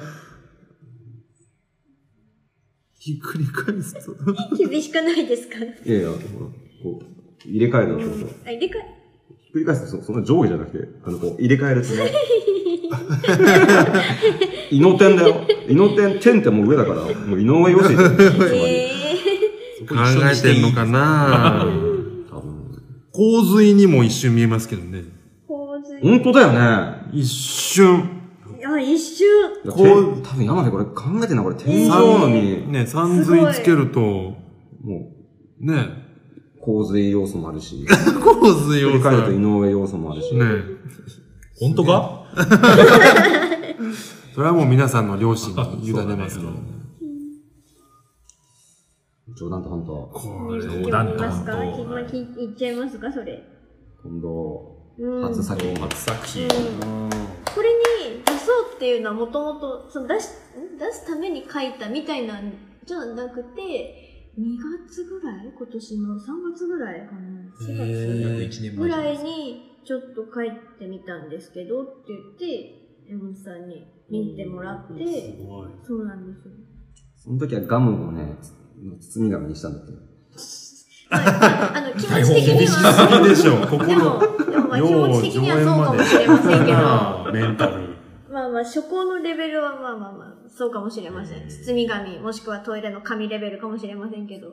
Speaker 2: ひっくり返すと。
Speaker 1: 厳しくないですか
Speaker 3: いやいや、ほら、こう、入れ替えるのと、
Speaker 1: あ、入れ替
Speaker 3: ひっくり返すとそ、そんな上下じゃなくて、あの、こう、入れ替えると ね。井の天だよ。井の天、天ってもう上だから、もう井上陽水だよ
Speaker 1: え。
Speaker 2: 考えてんのかな
Speaker 3: 多分。
Speaker 2: 洪水にも一瞬見えますけどね。
Speaker 1: 洪水。
Speaker 3: 本当だよね。
Speaker 2: 一瞬。
Speaker 1: あ、一瞬。
Speaker 3: こ
Speaker 2: こう
Speaker 3: う、多分山根これ考えてんだ、これ天井なのに、
Speaker 2: ね、山水つけると、
Speaker 3: も
Speaker 2: ね、
Speaker 3: う、洪水要素もあるし、ひっ
Speaker 2: 洪水
Speaker 3: く
Speaker 2: を
Speaker 3: り
Speaker 2: さ
Speaker 3: 返ると井上要素もあるし、
Speaker 2: ね、
Speaker 4: 本当か
Speaker 2: それはもう皆さんの両親に委ねますからね。
Speaker 3: 冗談と本当、
Speaker 2: こ
Speaker 1: 聞
Speaker 2: れ
Speaker 1: き
Speaker 4: だ
Speaker 1: ま
Speaker 4: ね
Speaker 1: すか
Speaker 4: 本当
Speaker 1: 今聞いいっちゃいますかそれ。
Speaker 3: 今度、
Speaker 1: うん。
Speaker 3: 初作品。
Speaker 4: 初作品。
Speaker 1: うんこれに出そうっていうのはもともとその出しん出すために書いたみたいなんじゃなくて2月ぐらい今年の3月ぐらいかな4月
Speaker 4: 約1年
Speaker 1: ぐ
Speaker 4: 前じゃ
Speaker 1: ら
Speaker 4: ない
Speaker 1: いにちょっと書いてみたんですけどって言って山本さんに見てもらってそうなんですよ
Speaker 3: その時はガムをね、包み紙にしたんだって。
Speaker 1: まああの気持ち的に
Speaker 2: 好
Speaker 1: は
Speaker 2: きでしょ、
Speaker 1: で
Speaker 2: 心。
Speaker 1: もでもまあ気持ち的にはそうかもしれませんけど
Speaker 2: あメンタル。
Speaker 1: まあまあ、初行のレベルはまあまあまあ、そうかもしれません。包み紙、もしくはトイレの紙レベルかもしれませんけど。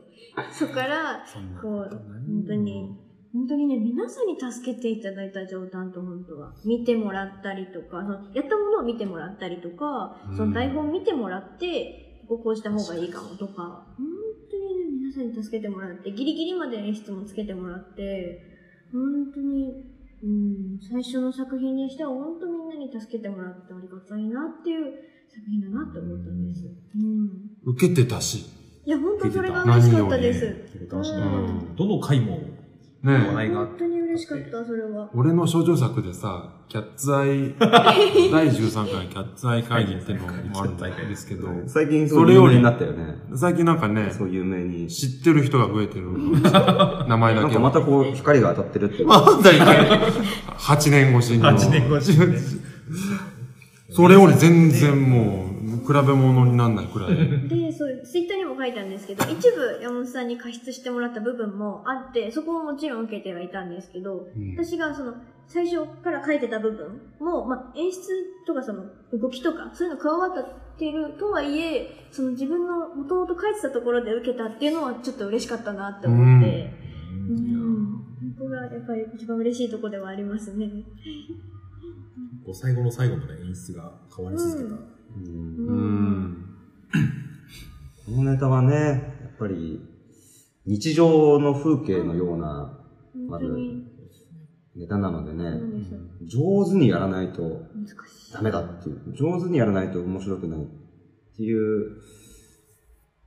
Speaker 1: そこから、
Speaker 2: そんな
Speaker 1: こう、本当に、本当にね、皆さんに助けていただいた冗談と本当は、見てもらったりとか、そのやったものを見てもらったりとか、
Speaker 2: うん
Speaker 1: その台本見てもらって、こここうした方がいいかもとか、本当にね、皆さんに助けてもらって、ギリギリまで演出もつけてもらって、本当に、うん、最初の作品にしては本当みんなに助けてもらってありがたいなっていう作品だなって思ったんです。うん。
Speaker 2: 受けてたし。
Speaker 1: いや、本当それが嬉しかったです。
Speaker 4: 楽しみ
Speaker 1: う
Speaker 4: だなと
Speaker 1: ん
Speaker 4: どの回も話
Speaker 2: ね
Speaker 4: 題があっ
Speaker 1: 本当に嬉しかった、それは。
Speaker 2: 俺の少女作でさ、キャッツアイ、第13回キャッツアイ会議ってのもあるんですけど、
Speaker 3: 最近
Speaker 2: そ
Speaker 3: そ
Speaker 2: れ
Speaker 3: れ
Speaker 2: よ
Speaker 3: 有
Speaker 2: り
Speaker 3: 名になったよね。
Speaker 2: 最近なんかね、
Speaker 3: そう有名に。
Speaker 2: 知ってる人が増えてる。名前
Speaker 3: な
Speaker 2: だ
Speaker 3: ん
Speaker 2: けは。
Speaker 3: かまたこう、光が当たってるっていう。
Speaker 2: まだい8年越しに。
Speaker 4: 8年越しにね
Speaker 2: それより全然もう、比べ物にならないくらい。
Speaker 1: で、そう、ツイッターにも書いたんですけど、一部山本さんに過失してもらった部分もあって、そこももちろん受けてはいたんですけど、
Speaker 2: うん
Speaker 1: 私がその、最初から書いてた部分も、まあ、演出とかその、動きとか、そういうの加わってるとはいえ、その自分の元々書いてたところで受けたっていうのはちょっと嬉しかったなって思って、うん。ここがやっぱり一番嬉しいとこではありますね。
Speaker 4: こう最後の最後まで演出が変わり続けた。
Speaker 3: うん
Speaker 2: う。ん。
Speaker 3: このネタはね、やっぱり、日常の風景のような、
Speaker 1: 本当に。
Speaker 3: ネタなので
Speaker 1: そう
Speaker 3: ね、
Speaker 1: なんですよ
Speaker 3: 上手にやらないと
Speaker 1: 難しい。
Speaker 3: ダメだっていう、上手にやらないと面白くないっていう、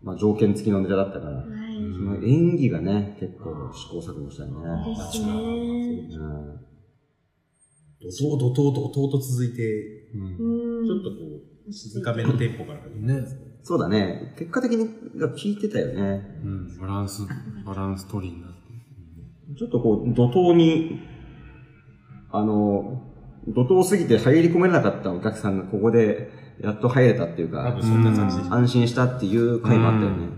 Speaker 3: まあ条件付きのネタだったから、
Speaker 1: はい。
Speaker 3: その演技がね、結構試行錯誤したよ
Speaker 1: で
Speaker 3: ね。
Speaker 1: すね。
Speaker 3: うん
Speaker 4: 怒涛、怒涛、怒涛と続いて、
Speaker 2: う
Speaker 1: うんん。
Speaker 4: ちょっとこう、静かめのテンポから始まりますね。
Speaker 3: そうだね、結果的に効いてたよね。
Speaker 2: うん、バランス、バランス取りになって。
Speaker 3: ちょっとこう、怒涛に、あの、怒涛すぎて入り込めなかったお客さんがここで、やっと入れたっていう
Speaker 4: 多
Speaker 3: か
Speaker 4: 分、そんな感じで
Speaker 2: う
Speaker 4: し
Speaker 2: ん
Speaker 4: た。
Speaker 3: 安心したっていう回もあったよね。
Speaker 1: うん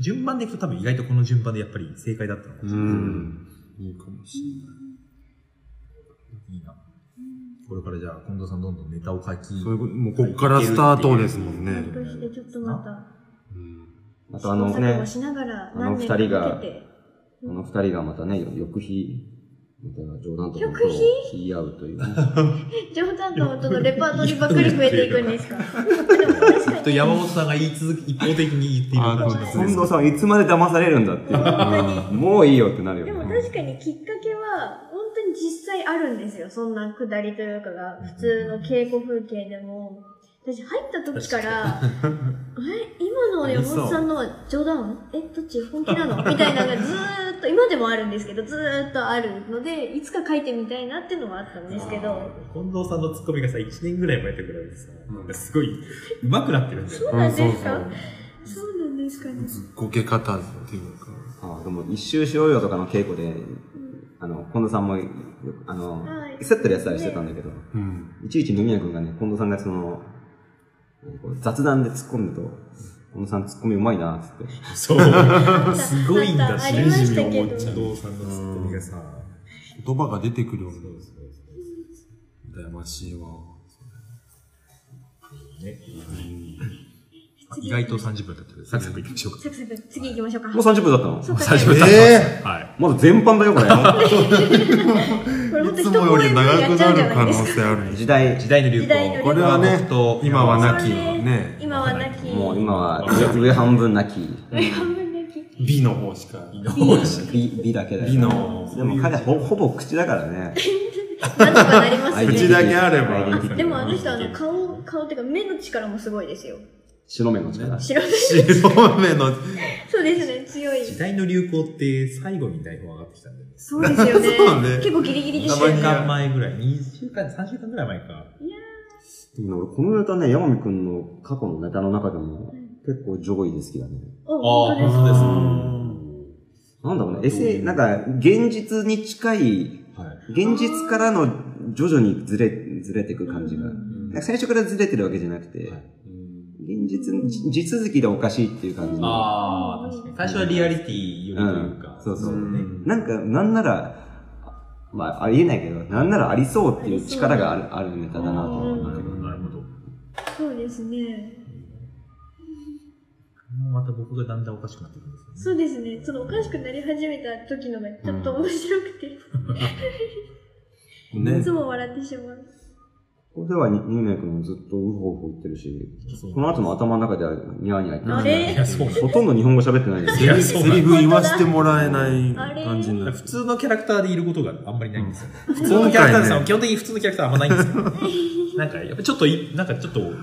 Speaker 4: 順番でいくと多分意外とこの順番でやっぱり正解だったのかもしれない。
Speaker 2: ん。いいかもし
Speaker 4: いいな。これからじゃあ、近藤さんどんどんネタを書き、
Speaker 2: れない。そういうこと、もうこっからスタートですもんね。
Speaker 1: ちょっとして、ちょっとまた、
Speaker 2: うん
Speaker 3: あとあの
Speaker 1: 試行錯
Speaker 3: ね
Speaker 1: 誤、しながら、
Speaker 3: あの
Speaker 1: 何
Speaker 3: 二
Speaker 1: 年
Speaker 3: 人
Speaker 1: か
Speaker 3: が
Speaker 1: けて。
Speaker 3: この二人がまたね、翌日、また冗談と本当
Speaker 1: 翌
Speaker 3: を
Speaker 1: 日
Speaker 3: 言い合うというね。
Speaker 1: 冗談と本当のレパートリーばっかり増えていくん ですか。でも確
Speaker 4: ず
Speaker 1: か
Speaker 4: っと
Speaker 1: に。
Speaker 4: 山本さんが言い続け、一方的に言っている感じ
Speaker 1: あ
Speaker 4: で
Speaker 1: ー
Speaker 4: す
Speaker 1: そう
Speaker 3: 近藤さんはいつまで騙されるんだっていう。もういいよってなるよ
Speaker 1: で
Speaker 3: ね。
Speaker 1: も確かにきっかけは、本当に実際あるんですよ。そんなくだりというかが、普通の稽古風景でも。私入った時から、え、今の山本さんのは冗談え、どっち本気なのみたいなのがずーっと、今でもあるんですけど、ずーっとあるので、いつか書いてみたいなっていうのはあったんですけど、
Speaker 4: 近藤さんのツッコミがさ、1年ぐらい前と比べてさ、なんかすごい上手くなってるんだよね。
Speaker 1: そうなんです
Speaker 2: う
Speaker 1: かそ
Speaker 2: ん
Speaker 1: うなんですかね。
Speaker 2: ずっこけ方っていうか。
Speaker 3: あーでも一周しようよとかの稽古で、あの、近藤さんもよく、あの
Speaker 1: はい、
Speaker 3: セットでやってたりしてたんだけど、
Speaker 2: うん。
Speaker 3: いちいち野宮君がね、近藤さんがその、こう雑談で突っ込んでると、近藤さん突っ込みうまいな、つって。
Speaker 4: そう。すごいん
Speaker 1: ま
Speaker 4: だ
Speaker 1: た
Speaker 4: し、
Speaker 1: ありましたけど
Speaker 4: に思っちゃう。近藤さんのツッコミがさ、
Speaker 2: 言葉が出てくるよう
Speaker 4: そうそう
Speaker 2: な。羨ましいわ。
Speaker 4: そうね
Speaker 2: うん
Speaker 4: あ意外と30分だったけど、サクサクいきましょうか。
Speaker 1: サクサク、次行きましょうか。
Speaker 3: もう30分だったの
Speaker 1: そうか
Speaker 4: 30分経
Speaker 2: え
Speaker 4: った。はい。
Speaker 3: まだ全般だよ、これ。
Speaker 1: これ本当
Speaker 2: いつ
Speaker 1: 一
Speaker 2: もよ
Speaker 1: 公
Speaker 2: り
Speaker 1: 演分
Speaker 2: 長
Speaker 1: や
Speaker 2: く
Speaker 1: っちゃ
Speaker 2: な
Speaker 1: うんじゃ
Speaker 2: る
Speaker 1: ない
Speaker 2: 可
Speaker 1: で
Speaker 2: 能
Speaker 1: すか。
Speaker 2: 性あるね。
Speaker 3: 時代、
Speaker 4: 時代の流行。
Speaker 1: 時代の流行
Speaker 2: これはね、今はなき
Speaker 1: そうです
Speaker 2: ね。
Speaker 1: 今はなき。
Speaker 3: も う今は上半分なき、
Speaker 1: 半分だけ。
Speaker 2: 美の方しか。
Speaker 3: 美、美だけだよ。
Speaker 2: 美の。
Speaker 3: でも彼はほほぼ口だからね。
Speaker 1: なんとかなりま
Speaker 3: アイデンテ
Speaker 1: すね。
Speaker 2: 口
Speaker 3: ィテ
Speaker 2: だけあれば
Speaker 3: アイデンティティ
Speaker 1: でもあの人あの顔、顔っていうか目の力もすごいですよ。
Speaker 3: 白目の力。
Speaker 1: 白い。
Speaker 2: 白目の。
Speaker 1: そうですね、強い。
Speaker 4: 時代の流行って最後に台本上がってきたんだよね。
Speaker 1: そうですよ
Speaker 2: そう
Speaker 1: ね。
Speaker 2: ね
Speaker 1: 結構ギリギリで
Speaker 4: 1
Speaker 1: し
Speaker 4: 週
Speaker 1: たよね。
Speaker 4: 間前ぐらい、2週間、3週間ぐらい前か。
Speaker 3: でもね俺このネタね、山見くんの過去のネタの中でも結構上位で好きだね。
Speaker 1: お、本当です
Speaker 4: あー本当です
Speaker 1: か。
Speaker 3: なんだろうね、エセ、なんか現実に近い、
Speaker 4: はい。
Speaker 3: 現実からの徐々にずれ、ずれていく感じが。なんか最初からずれてるわけじゃなくて、
Speaker 4: はい
Speaker 3: 現実、じ地続きでおかしいっていう感じの。
Speaker 4: ああ、確かに。最初はリアリティよりというか。
Speaker 3: そうそう。
Speaker 4: ね。
Speaker 3: なんか、なんなら、まあ、ありえないけど、なんならありそうっていう力がある、あるネタだなと思うんだけど。
Speaker 4: なるほど。も
Speaker 1: そうですね。
Speaker 4: うまた僕がだんだんおかしくなってくるんです
Speaker 1: そ
Speaker 4: よ
Speaker 1: う
Speaker 4: ね。
Speaker 1: ですね。そのおかしくなり始めた時のがちょっと面白くて、い
Speaker 2: ね
Speaker 1: つ。も笑ってしまう。
Speaker 3: ここではに、ニューメイクもずっとウホウホ言ってるし、この後の頭の中ではニャーニャー言っ
Speaker 1: あ
Speaker 3: てる
Speaker 1: れ
Speaker 4: いや、そうなん
Speaker 3: し、ほとんど日本語喋ってないです
Speaker 4: い
Speaker 3: よ。
Speaker 4: や
Speaker 2: セリフ言わせてもらえない感じにな
Speaker 4: だ
Speaker 2: っ
Speaker 4: から普
Speaker 2: て。
Speaker 4: 通のキャラクターでいることがあんまりないんですよね。普通
Speaker 2: 今
Speaker 4: のキャラクター
Speaker 2: 回
Speaker 4: でさ、
Speaker 2: ね、
Speaker 4: 基本的に普通のキャラクターあんまないんですけど、なんか、やっぱちょっとい、なんかちょっと、なんか、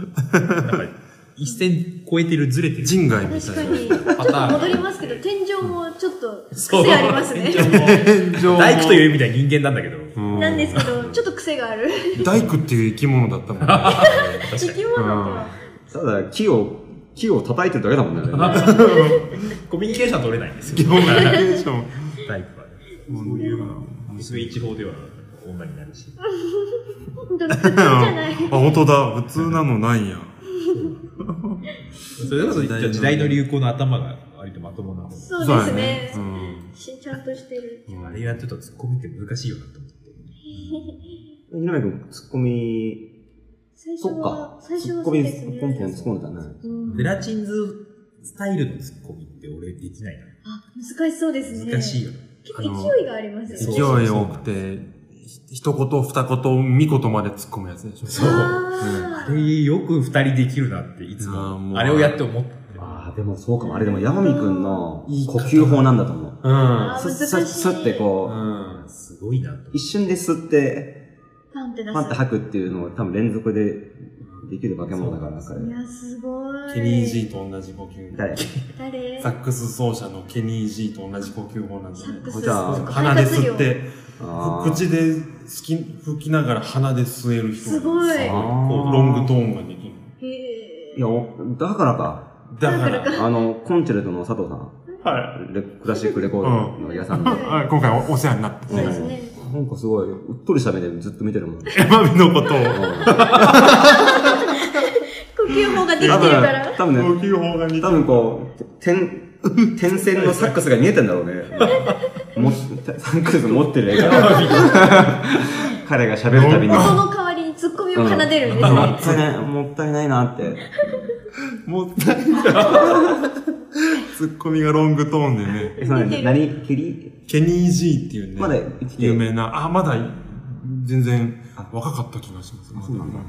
Speaker 4: 一線超えてる、ずれてる。
Speaker 2: 人外み
Speaker 1: 確
Speaker 2: た
Speaker 1: か
Speaker 2: い
Speaker 1: に、ちょっと戻りますけど、天井もちょっと
Speaker 4: そう
Speaker 1: 癖あります ね。
Speaker 2: な。天井も
Speaker 4: 大工という意味では人間なんだけど、
Speaker 2: うん
Speaker 1: なんですけど、ちょっと癖がある。
Speaker 2: 大工っていう生き物だったもんね。
Speaker 1: 生き物とは。
Speaker 3: ただ、木を、木を叩いてるだけだもんね。 あれね
Speaker 4: コミュニケーション取れないんです
Speaker 2: 基
Speaker 4: よ。
Speaker 2: 本コミュニケーション。
Speaker 4: 大工はね。そういうのは娘一方では女になるし。
Speaker 1: 本当普通じゃない。
Speaker 2: あ、本当だ。普通なのないんや。
Speaker 4: それこそ一応時代の流行の頭が割とまともな 方。
Speaker 1: そうですね。
Speaker 2: そうやうん
Speaker 1: しちゃんとしてる。
Speaker 4: あれやってたらツッコミって難しいよなと思って。
Speaker 3: ニューメイクツッコミ、
Speaker 1: 最初
Speaker 3: そっか
Speaker 1: は、。最初
Speaker 3: ツッ
Speaker 1: はそ
Speaker 3: コ
Speaker 1: う
Speaker 3: ミ、
Speaker 1: ですね。
Speaker 3: ポンポン突っ込んでたね。
Speaker 1: うん
Speaker 4: ゼラチンズスタイルのツッコミって俺できないな。
Speaker 1: あ、難しそうですね。
Speaker 4: 難しいよね。
Speaker 1: 結構勢いがあります
Speaker 2: 勢
Speaker 1: よ
Speaker 4: そう
Speaker 1: ね。
Speaker 2: い多くて、ひ一言、二言、三言まで突っ込むやつでしょ。
Speaker 4: そう
Speaker 1: あ
Speaker 4: あれよく二人できるなっていつ
Speaker 2: あーも
Speaker 4: も、
Speaker 2: う
Speaker 4: あれをやって思った。
Speaker 2: あ
Speaker 3: あ、でもそうかも。あれでも、ヤマミ君の呼吸法なんだと思う。
Speaker 2: うん。
Speaker 1: あ
Speaker 3: スッ
Speaker 1: 難しい
Speaker 3: スッスッって
Speaker 2: う
Speaker 3: こう、
Speaker 2: ん。
Speaker 4: すごいなと。
Speaker 3: 一瞬で吸って、
Speaker 1: パンって出す。
Speaker 3: パンって吐くっていうのを多分連続でできる化け物だから、
Speaker 4: そ
Speaker 3: 彼。
Speaker 1: いや、すごい。
Speaker 2: ケニー G と同じ呼吸。
Speaker 3: 誰
Speaker 1: 誰
Speaker 2: サックス奏者のケニー G と同じ呼吸法なんじゃ
Speaker 1: サ
Speaker 2: ない
Speaker 1: ックス
Speaker 3: じゃあ
Speaker 2: 鼻で吸っ。
Speaker 1: 肺活量
Speaker 2: て、
Speaker 3: あー
Speaker 2: 口で吹き吹きながら鼻で吸える人。
Speaker 1: すごい
Speaker 2: こう
Speaker 3: あー
Speaker 2: ロングトーンができる。
Speaker 1: へ
Speaker 3: いや、おだからか。
Speaker 2: だか
Speaker 1: だから
Speaker 2: ら、
Speaker 3: あの、コンチェルトの佐藤さん、
Speaker 2: は
Speaker 3: レクラシックレコードの屋さんで、
Speaker 1: うん
Speaker 2: い。今回おお世話になって
Speaker 1: ーそうですね。
Speaker 3: なんかすごい、うっとりした目でずっと見てるもん。
Speaker 2: エマミのことを。
Speaker 1: 呼吸法ができてる
Speaker 3: 多
Speaker 1: から
Speaker 3: 分、。多分ね、
Speaker 2: 吸法が似て
Speaker 3: 多分こう、点、点線のサックスが見えてんだろうね。もサックス持ってる絵が。 彼が喋るたびに。
Speaker 1: 音の代わりに突っ込みを奏でるんです
Speaker 3: も
Speaker 1: ね。
Speaker 3: ったいない、もったいないなって。
Speaker 2: もったいない。ツッコミがロングトーンでね。
Speaker 3: えそうね、何、キリ
Speaker 2: ケニー G っていうね、
Speaker 3: まだ生きて
Speaker 2: 有名な、あ、まだ全然若かった気がします。まだ
Speaker 3: そうなんだ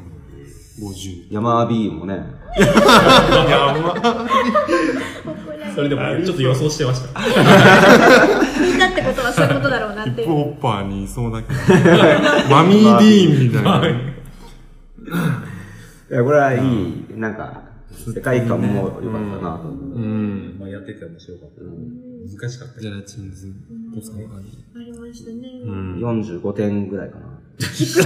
Speaker 2: 50。
Speaker 3: 山 B もね。
Speaker 2: やば。
Speaker 1: 怒られ
Speaker 4: それでも、ちょっと予想してました。
Speaker 1: 聞いたってことはそういうことだろうな
Speaker 2: ヒ
Speaker 1: っ
Speaker 2: ッ
Speaker 1: て
Speaker 2: プ。ホッパーにいそう だけど。マミー・ディーンみたいな。
Speaker 3: いや、これはいい、なんか、世界観も良かったなと思う。
Speaker 2: うん。
Speaker 4: まあやってて面白かった。
Speaker 1: うん
Speaker 4: 難しかった
Speaker 2: ジャラチンズ。
Speaker 1: ありましたね。
Speaker 2: うん。
Speaker 3: 45点ぐらいかな。
Speaker 4: そ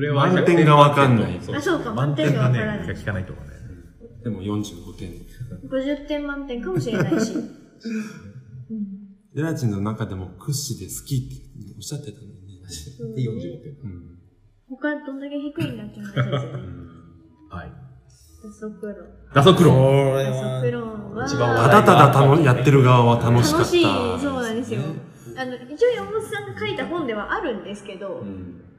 Speaker 4: れ
Speaker 2: 満点がわかんない
Speaker 1: あそうか満
Speaker 4: 満
Speaker 1: 点
Speaker 4: 点
Speaker 1: がわ
Speaker 4: が
Speaker 1: か
Speaker 4: ね
Speaker 1: らない、
Speaker 4: 聞かないとかね。
Speaker 2: でも45点。
Speaker 1: 50点満点かもしれないし。うん
Speaker 2: ジェラチンズの中でも屈指で好きっておっしゃってたのにね。
Speaker 4: で、40点。
Speaker 2: うん。
Speaker 1: 他どんだけ低いんだって話ですよね。
Speaker 4: はい。
Speaker 1: ダソクロン。
Speaker 4: ダソクロ
Speaker 2: これ
Speaker 1: ダソクロン
Speaker 4: 一番
Speaker 2: た
Speaker 1: は、
Speaker 2: だただたのやってる側は楽しかった。
Speaker 1: 楽しい、そうなんですよ。あの、一応山本さんが書いた本ではあるんですけど、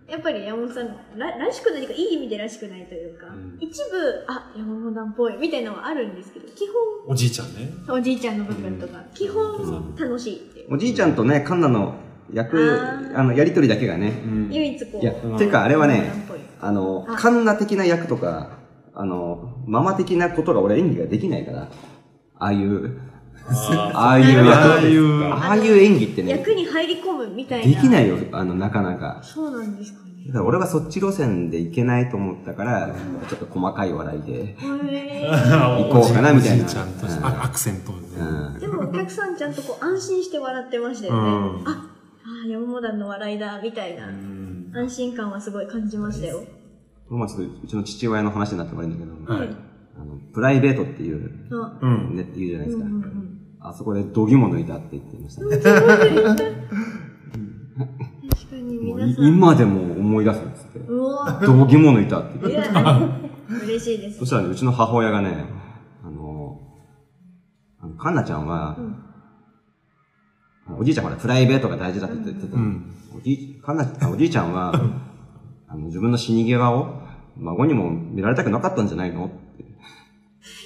Speaker 1: やっぱり山本さんららしくないというか、いい意味でらしくないというか、
Speaker 2: うん
Speaker 1: 一部、あ、山本さんっぽいみたいなのはあるんですけど、基
Speaker 2: おじいちゃんね。
Speaker 1: 本、おじいちゃんの部分とか、基本楽しいっていう。
Speaker 3: おじいちゃんとね、カンナの役
Speaker 1: あ、ー
Speaker 3: あの、やりとりだけがね、
Speaker 1: 唯一こう、
Speaker 3: いや、
Speaker 1: 山
Speaker 3: ていうかあれは
Speaker 1: 本
Speaker 3: ね
Speaker 1: さん、っぽい
Speaker 3: あの
Speaker 1: あ、
Speaker 3: カンナ的な役とか、あの、ママ的なことが俺演技ができないから、ああいう、
Speaker 4: あ
Speaker 3: ああいう役、
Speaker 2: ああいう
Speaker 3: ああいう演技ってね、
Speaker 1: 役に入り込むみたいな。
Speaker 3: できないよ、あの、なかなか。
Speaker 1: そうなんですかね
Speaker 3: だ。から俺はそっち路線でいけないと思ったから、ちょっと細かい笑い
Speaker 1: へ
Speaker 3: で、
Speaker 4: ー
Speaker 1: ー
Speaker 3: 行こうかなみた
Speaker 2: お
Speaker 3: い
Speaker 2: じ
Speaker 3: な。
Speaker 2: いちゃんとして、
Speaker 3: う
Speaker 2: あアクセントで。
Speaker 3: んうん
Speaker 1: でもお客さんちゃんとこう安心して笑ってましたよね。
Speaker 2: うん
Speaker 1: あ、あー山本団の笑いだ、みたいな。
Speaker 2: うん
Speaker 1: 安心感はすごい感じましたよ。
Speaker 3: まあちょっとうちの父親の話になってもらえるんだけど、
Speaker 2: はい
Speaker 3: あのプライベートっていう、
Speaker 1: あ
Speaker 2: うん。
Speaker 3: ね、言うじゃない
Speaker 1: うんう
Speaker 3: ですか。
Speaker 1: んうん
Speaker 3: あそこで度肝抜いたって言ってましたね。
Speaker 1: 確かに
Speaker 3: もう
Speaker 1: 皆
Speaker 3: い
Speaker 1: さん。
Speaker 3: 今でも思い出すんですって。
Speaker 1: うわ
Speaker 3: 度肝抜いたって言っ
Speaker 1: い
Speaker 3: て。
Speaker 1: や、嬉しいです
Speaker 3: そ。したらね、うちの母親がね、あの、あのカンナちゃんは
Speaker 1: う、ん
Speaker 3: あのおじいちゃんほら、プライベートが大事だって言ってた
Speaker 2: う
Speaker 3: の、
Speaker 2: ん
Speaker 3: おじいカンナあおじいちゃんは、あの自分の死に際を孫にも見られたくなかったんじゃないのって。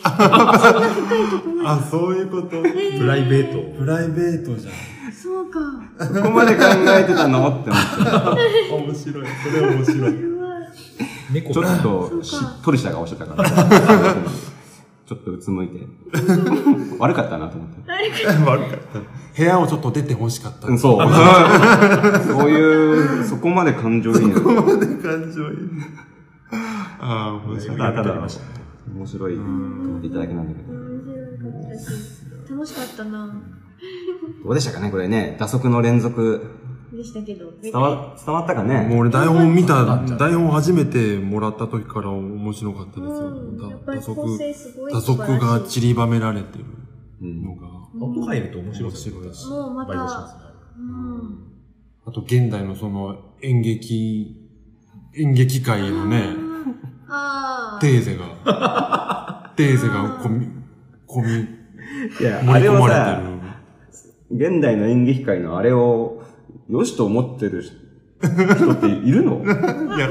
Speaker 2: あ、そういうこと。
Speaker 4: ープライベート。
Speaker 2: プライベートじゃん。
Speaker 1: そうか。
Speaker 3: そこまで考えてたのって思って。
Speaker 2: 面白い。それは面白い。
Speaker 1: うわ
Speaker 4: 猫
Speaker 3: ちょ
Speaker 4: が
Speaker 3: っ
Speaker 1: そうか
Speaker 3: としっとりした顔してた から、ちょっとうつむいて。悪かったなと思って。
Speaker 2: 悪かった。部屋をちょっと出て欲しかった。
Speaker 3: うん、そう。 そういう、そこまで感情移入。
Speaker 2: 感情いい。ああ、面白い。
Speaker 3: ただた
Speaker 4: あり
Speaker 3: だ
Speaker 4: まし、
Speaker 3: 面白いと思っていただけなんだけど。
Speaker 1: 面白かったし、楽しかったな。
Speaker 3: どうでしたかねこれね、打足の連続。
Speaker 1: でしたけど。
Speaker 3: 伝わ、伝わったかね
Speaker 2: もう俺台本見た、台本初めてもらった時から面白かったですよ。
Speaker 1: うんやっぱ
Speaker 2: 打
Speaker 1: り構成すご
Speaker 2: 足、
Speaker 1: い
Speaker 2: 打
Speaker 1: 素晴
Speaker 2: 足
Speaker 1: らしい
Speaker 2: が散りばめられてる
Speaker 3: うん
Speaker 2: のが、
Speaker 4: 音入ると面白いですよ
Speaker 2: 面白いし
Speaker 1: もうまた
Speaker 4: 倍増しますね
Speaker 1: うん。
Speaker 2: あと現代のその演劇、演劇界へのね、
Speaker 1: あ あ。
Speaker 2: テーゼが、 テーゼが込み、込み、
Speaker 3: いや、あ
Speaker 2: 盛り
Speaker 3: れ
Speaker 2: 込
Speaker 3: を
Speaker 2: まれて
Speaker 3: さ、
Speaker 2: る。
Speaker 3: 現代の演劇界のあれを、良しと思ってる人っている の
Speaker 2: いや、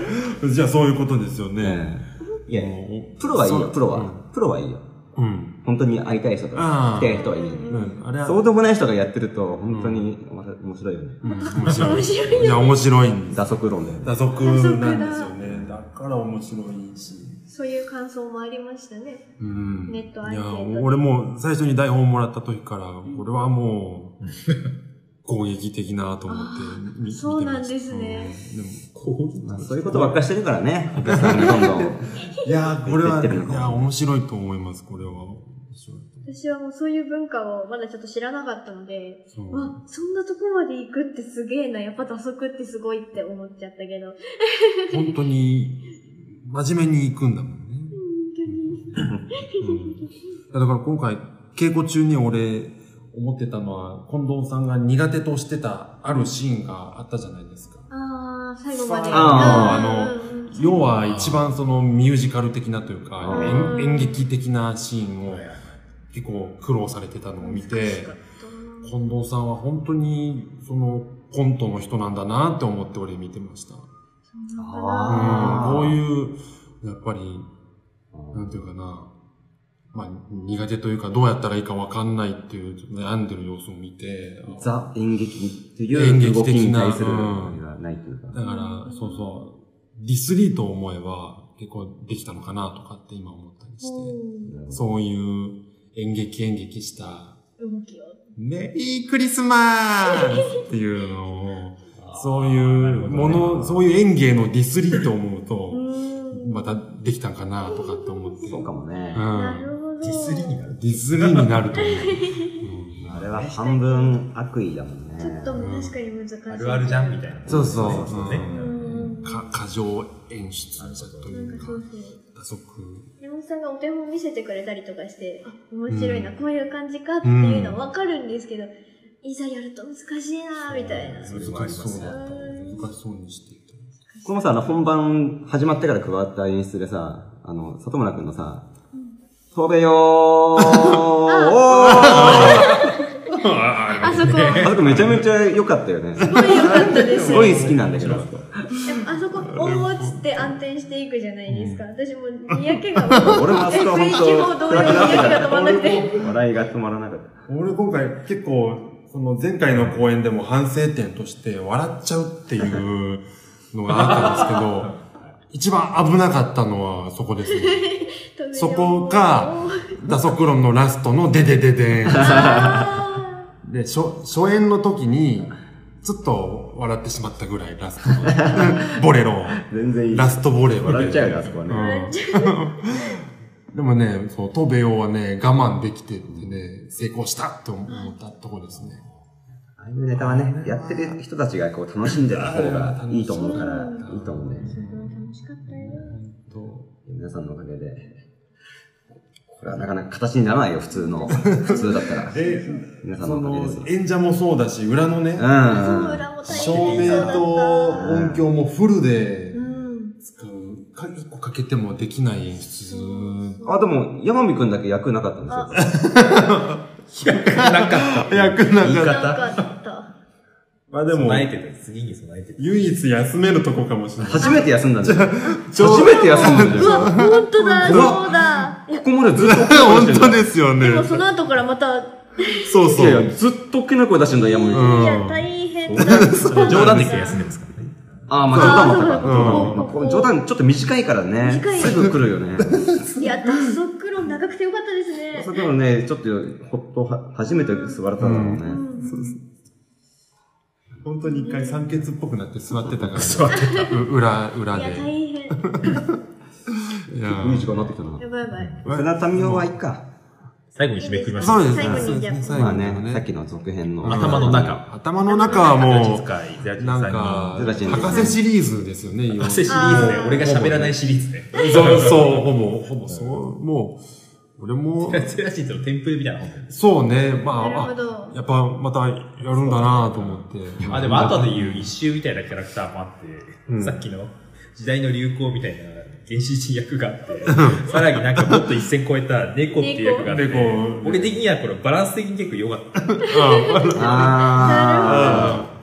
Speaker 2: じゃあそういうことですよね。
Speaker 3: ねいや、
Speaker 2: もう
Speaker 3: プロはいい
Speaker 2: そ
Speaker 3: よ、
Speaker 2: う
Speaker 3: プロは。プロはいいよ。
Speaker 2: うん。
Speaker 3: 本当に会いたい人と
Speaker 2: あ
Speaker 3: か
Speaker 2: あ、
Speaker 3: 来たい人はいいよ
Speaker 2: う
Speaker 3: ね。
Speaker 2: ん。あれは、
Speaker 3: そうでもない人がやってると、本当にまた面白いよね。
Speaker 2: うん面白い。
Speaker 1: 面白い
Speaker 2: いや、面白いんです。
Speaker 3: 打足論だよね。
Speaker 2: 打足なんですよね。だから面白いし。
Speaker 1: そういう感想もありましたね。
Speaker 2: うん。
Speaker 1: ネットアン
Speaker 2: い
Speaker 1: ケー
Speaker 2: や、
Speaker 1: ト
Speaker 2: 俺も最初に台本もらった時から、これはも う、攻撃的なと思ってみ見てました。
Speaker 1: そうなんですね
Speaker 2: うん。でも
Speaker 4: こう
Speaker 3: まあそういうことばっかりしてるからね、お客さんにどんどん。
Speaker 2: いやー、これ
Speaker 3: 言
Speaker 2: は、
Speaker 3: ってるのかも
Speaker 2: いや、面白いと思います、これは。面白いと
Speaker 1: 私はもうそういう文化をまだちょっと知らなかったので、
Speaker 2: 思う
Speaker 1: わ、そんなとこまで行くってすげえな、やっぱ打足ってすごいって思っちゃったけど。本
Speaker 2: そう。本当に、真面目に行くんだもんね。
Speaker 1: 当に。
Speaker 2: うんだから今回、稽古中に俺、思ってたのは、近藤さんが苦手としてたあるシーンがあったじゃないですか。
Speaker 1: あー、最後まで。うんう
Speaker 2: あ
Speaker 1: んうん
Speaker 2: 要は一番そのミュージカル的なというか
Speaker 3: あ、
Speaker 1: ー
Speaker 2: 演演劇的なシーンを
Speaker 4: はいはい
Speaker 2: 結構苦労されてたのを見て、
Speaker 1: うん
Speaker 2: 近藤さんは本当にそのコントの人なんだなって思って俺見てました。
Speaker 1: そうなのか
Speaker 2: う
Speaker 1: なん
Speaker 3: あー
Speaker 2: こういう、やっぱり、なんていうかな、まあ苦手というかどうやったらいいかわかんないっていう悩んでる様子を見て、
Speaker 3: ザ演劇と
Speaker 2: 演
Speaker 3: いう
Speaker 2: 劇
Speaker 3: 動き
Speaker 2: 的
Speaker 3: に
Speaker 2: な
Speaker 3: 対する
Speaker 2: うん
Speaker 3: あれがないという
Speaker 2: だ
Speaker 3: か。
Speaker 2: から、そうそう、ディスリーと思えば結構できたのかなとかって今思ったりして。そういう演劇演劇した、
Speaker 1: うん動きを。
Speaker 2: メリークリスマスっていうのを、そうい
Speaker 4: なる
Speaker 2: う
Speaker 4: ほどね
Speaker 2: もの、そういう演芸のディスリーと思う
Speaker 1: う
Speaker 2: と、
Speaker 1: ーん
Speaker 2: またできたんかなとかって思って。
Speaker 3: そうかもね
Speaker 2: う。。
Speaker 1: なんるほど。
Speaker 4: ディスりになる。
Speaker 2: ディスリーになると思う。
Speaker 3: あれは半分悪意だもんね。
Speaker 1: ちょっと確かに難しい。
Speaker 4: あるあるじゃんみたいな。
Speaker 2: そうそう
Speaker 4: ねそうね。
Speaker 1: う
Speaker 2: うんん。か、過剰演出と
Speaker 1: ないん
Speaker 2: う
Speaker 1: か
Speaker 2: か
Speaker 1: そ、うそう。
Speaker 2: 打足。
Speaker 1: 山本さんがお手本見せてくれたりとかして、あ、面白いな、
Speaker 2: うん
Speaker 1: こういう感じかっていうのはわかるんですけど、いざやると難しいなみたいな。
Speaker 4: そう
Speaker 2: 難しそうだった。
Speaker 1: うん
Speaker 2: 難しそうにしていた。
Speaker 3: これもさ、あの、本番始まってから加わった演出でさ、あの、里村くんのさ、飛べよーおー
Speaker 4: あ
Speaker 1: あそこ、
Speaker 3: あそこめちゃめちゃ良かったよね。
Speaker 1: すごい良かったです
Speaker 3: す
Speaker 1: よ。
Speaker 3: ご
Speaker 1: で
Speaker 3: い好きなんだけど。
Speaker 1: もあそこ、おーっつって暗転していくじゃないですか。私もう、三宅が もう、
Speaker 3: 俺もあそこは本
Speaker 1: 雰囲気も
Speaker 3: 当
Speaker 1: 同様に三宅が止まんなくて。
Speaker 3: 笑いが止まらなかった。
Speaker 2: 俺今回結構、その前回の公演でも反省点として笑っちゃうっていうのがあったんですけど、 一番危なかったのはそこです ね。そこ か、打足論のラストのデデデ デン。
Speaker 1: あ
Speaker 2: で、初、初演の時に、ちょっと笑ってしまったぐらい、ラストの。ボレ ロ。
Speaker 3: 全然いい。
Speaker 2: ラストボレロで。
Speaker 3: 笑っちゃうよ、あそこは
Speaker 2: う
Speaker 3: ね。
Speaker 2: んでもね、そう、トベオはね、我慢できててね、成功したって思ったとこですね。
Speaker 3: ああいうネタはね、やってる人たちがこう楽しんでた方がいいと思うから
Speaker 1: うん、
Speaker 3: いいと思うね
Speaker 1: ー。すごい楽しかったよ。
Speaker 3: 皆さんのおかげで、これはなかなか形にならないよ、普 通の。普通だったら。
Speaker 2: で、
Speaker 3: 皆さんの
Speaker 2: そ
Speaker 3: おかげで
Speaker 2: の
Speaker 3: すよ。
Speaker 2: 演者もそうだし、裏のね、
Speaker 1: そう、
Speaker 3: う
Speaker 1: 裏も大変
Speaker 2: 照
Speaker 1: そう
Speaker 2: 明
Speaker 1: だった。
Speaker 2: と音響もフルで
Speaker 1: うん。
Speaker 2: 使う、か一個かけてもできない演出。
Speaker 3: ん。あ、でも、山見くんだけ役なかったんですよ。
Speaker 4: なかった。
Speaker 2: 役な
Speaker 4: 言い
Speaker 2: かっ
Speaker 4: 方
Speaker 2: た。
Speaker 1: なかった。
Speaker 2: まあでも、
Speaker 4: 備えてたよ。次に備えてた。
Speaker 2: 唯一休めるとこかもしれない。
Speaker 3: 初めて休んだんだよ。
Speaker 2: ちょ
Speaker 3: 初めて休んだんだ
Speaker 1: うわ、
Speaker 3: よ。
Speaker 1: 本当だ、
Speaker 3: うわ
Speaker 1: そうだ。いや
Speaker 3: ここまでずっと
Speaker 2: 本当
Speaker 3: す。
Speaker 2: ですよね
Speaker 1: で。もその後からまた、い
Speaker 2: そう
Speaker 3: い
Speaker 2: そ
Speaker 3: やい
Speaker 2: う。
Speaker 3: や、ずっと大きな声出してんだよ、山見くん。
Speaker 2: うん
Speaker 1: や、大変だった。
Speaker 4: 冗談で休んでますからね。
Speaker 3: ああ、まあ冗談もあったか
Speaker 1: あー
Speaker 2: そう
Speaker 1: だ
Speaker 3: うんまあ冗談ちょっと短いからね。
Speaker 1: 短い
Speaker 3: すぐ来るよね。
Speaker 1: いや、脱足論長くてよかったですね。
Speaker 3: そこもね、ちょっと、ほっとは、初めて座れたんだもんね。
Speaker 1: うん
Speaker 2: 本当に一回酸欠っぽくなって座ってたから、
Speaker 4: 座ってた。
Speaker 2: う裏、裏
Speaker 1: い
Speaker 2: で
Speaker 1: や、。大変。
Speaker 2: いや
Speaker 3: いい時間になってきたな。
Speaker 1: やばいやば い。
Speaker 3: 船田美桜はいいか。
Speaker 4: 最後に締めくくりまし
Speaker 2: そ
Speaker 4: た
Speaker 2: う。ですね。
Speaker 1: 最後にじゃあ
Speaker 2: そうです
Speaker 3: まあ
Speaker 2: 最後の
Speaker 3: ね、さっきの続編の。
Speaker 4: 頭の中。
Speaker 2: 頭の中は
Speaker 4: も
Speaker 2: も
Speaker 4: う、ゼラチ
Speaker 2: う、
Speaker 4: ンさ
Speaker 2: なんん
Speaker 4: に。
Speaker 2: か
Speaker 3: ゼラチン、
Speaker 2: 博士シリーズですよね、今
Speaker 4: 汗シリーズね。
Speaker 1: あー
Speaker 4: 俺が喋らないシリーズね。
Speaker 2: そう、そう、ほぼ、ほぼ、そう、もう、俺も、
Speaker 4: ゼラチンとのテンプレみたいなもんだよ
Speaker 2: そうね、ま
Speaker 1: なる
Speaker 2: あ
Speaker 1: ほ
Speaker 2: あ、
Speaker 1: ど。
Speaker 2: やっぱまたやるんだなと思って。
Speaker 4: あ、でも後で言う一周みたいなキャラクターもあって、
Speaker 2: うん
Speaker 4: さっきの時代の流行みたいな原始人役があって、さらになんかもっと一線超えた猫っていう役があって、
Speaker 2: 猫
Speaker 4: 俺的にはこれバランス的に結構良かった。
Speaker 2: あ
Speaker 3: あ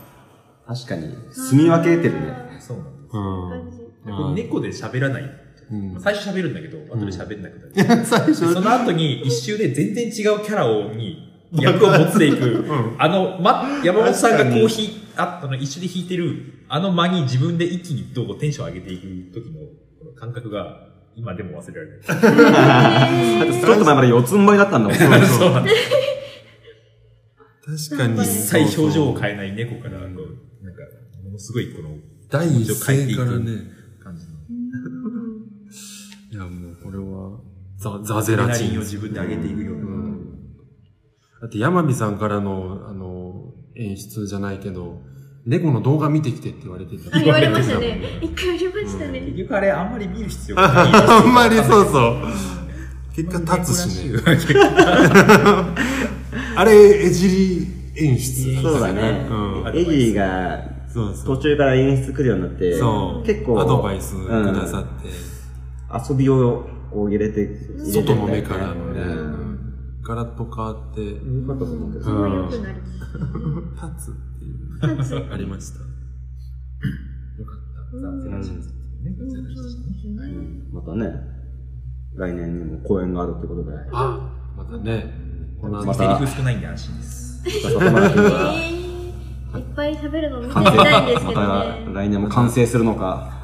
Speaker 3: あ。確かに、住み分けてるね。
Speaker 4: そうなんです。
Speaker 2: う
Speaker 1: 感
Speaker 2: ん
Speaker 1: じ。
Speaker 2: うん
Speaker 4: 猫で喋らない。
Speaker 2: うん
Speaker 4: 最初喋るんだけど、後で喋んなくなる。その後に一周で全然違うキャラをに役を持っていく、
Speaker 2: ん
Speaker 4: あの、ま、山本さんが
Speaker 2: 確かに
Speaker 4: コーヒー、ああの、一緒に弾いてる、あの間に自分で一気にどうこうテンション上げていく時のこの感覚が、今でも忘れられ
Speaker 3: だ
Speaker 4: ない。
Speaker 3: ってちょっと前まで四つん這いだったんだもん。そうそう
Speaker 4: そうなんです
Speaker 2: 確かに。
Speaker 1: 一
Speaker 4: 一切表情を
Speaker 2: そうそう
Speaker 4: 変えない猫から、こうなんか、ものすごいこの
Speaker 2: 第一声からね。
Speaker 4: 感じの、
Speaker 2: いや、もうこれは、ザ、ザゼラ
Speaker 4: アドレ
Speaker 2: チ
Speaker 4: ナリンを
Speaker 2: ン。
Speaker 4: 自分で上げていくような。
Speaker 2: うんだって山美さんからの、あの、演出じゃないけど、猫の動画見てきてって言われてた。
Speaker 1: あ言われましたね。一回言われましたね。
Speaker 4: 結局あれ、あんまり見る必要がない。
Speaker 2: あんまりそうそう。結果立つしね。あれ、絵尻演出。
Speaker 3: そうだね
Speaker 2: うん。
Speaker 3: エギーが
Speaker 2: そうそ
Speaker 3: 途
Speaker 2: う。
Speaker 3: 中から演出来るようになって、
Speaker 2: そう。
Speaker 3: 結構
Speaker 2: アドバイスくださって、
Speaker 3: 遊びをこう入れて、入れて
Speaker 2: 外の目からのね、
Speaker 3: う
Speaker 2: うんんガラッと変わって、立
Speaker 3: よかったと思うけど
Speaker 1: そ。の良くなる。
Speaker 2: つって いう、ありました。
Speaker 4: よかった。ザ・ゼラチンズっていうね。ザ・ゼラチンズね。
Speaker 3: うんまたね、来年にも公演があるってことで、
Speaker 2: あ、またね、この
Speaker 3: ま
Speaker 2: 後
Speaker 3: た
Speaker 4: セリフ少ないんで安心です。
Speaker 3: またまた
Speaker 1: えーいっぱい喋るの見てみたいんですけどね。
Speaker 3: 来年も完成するのか、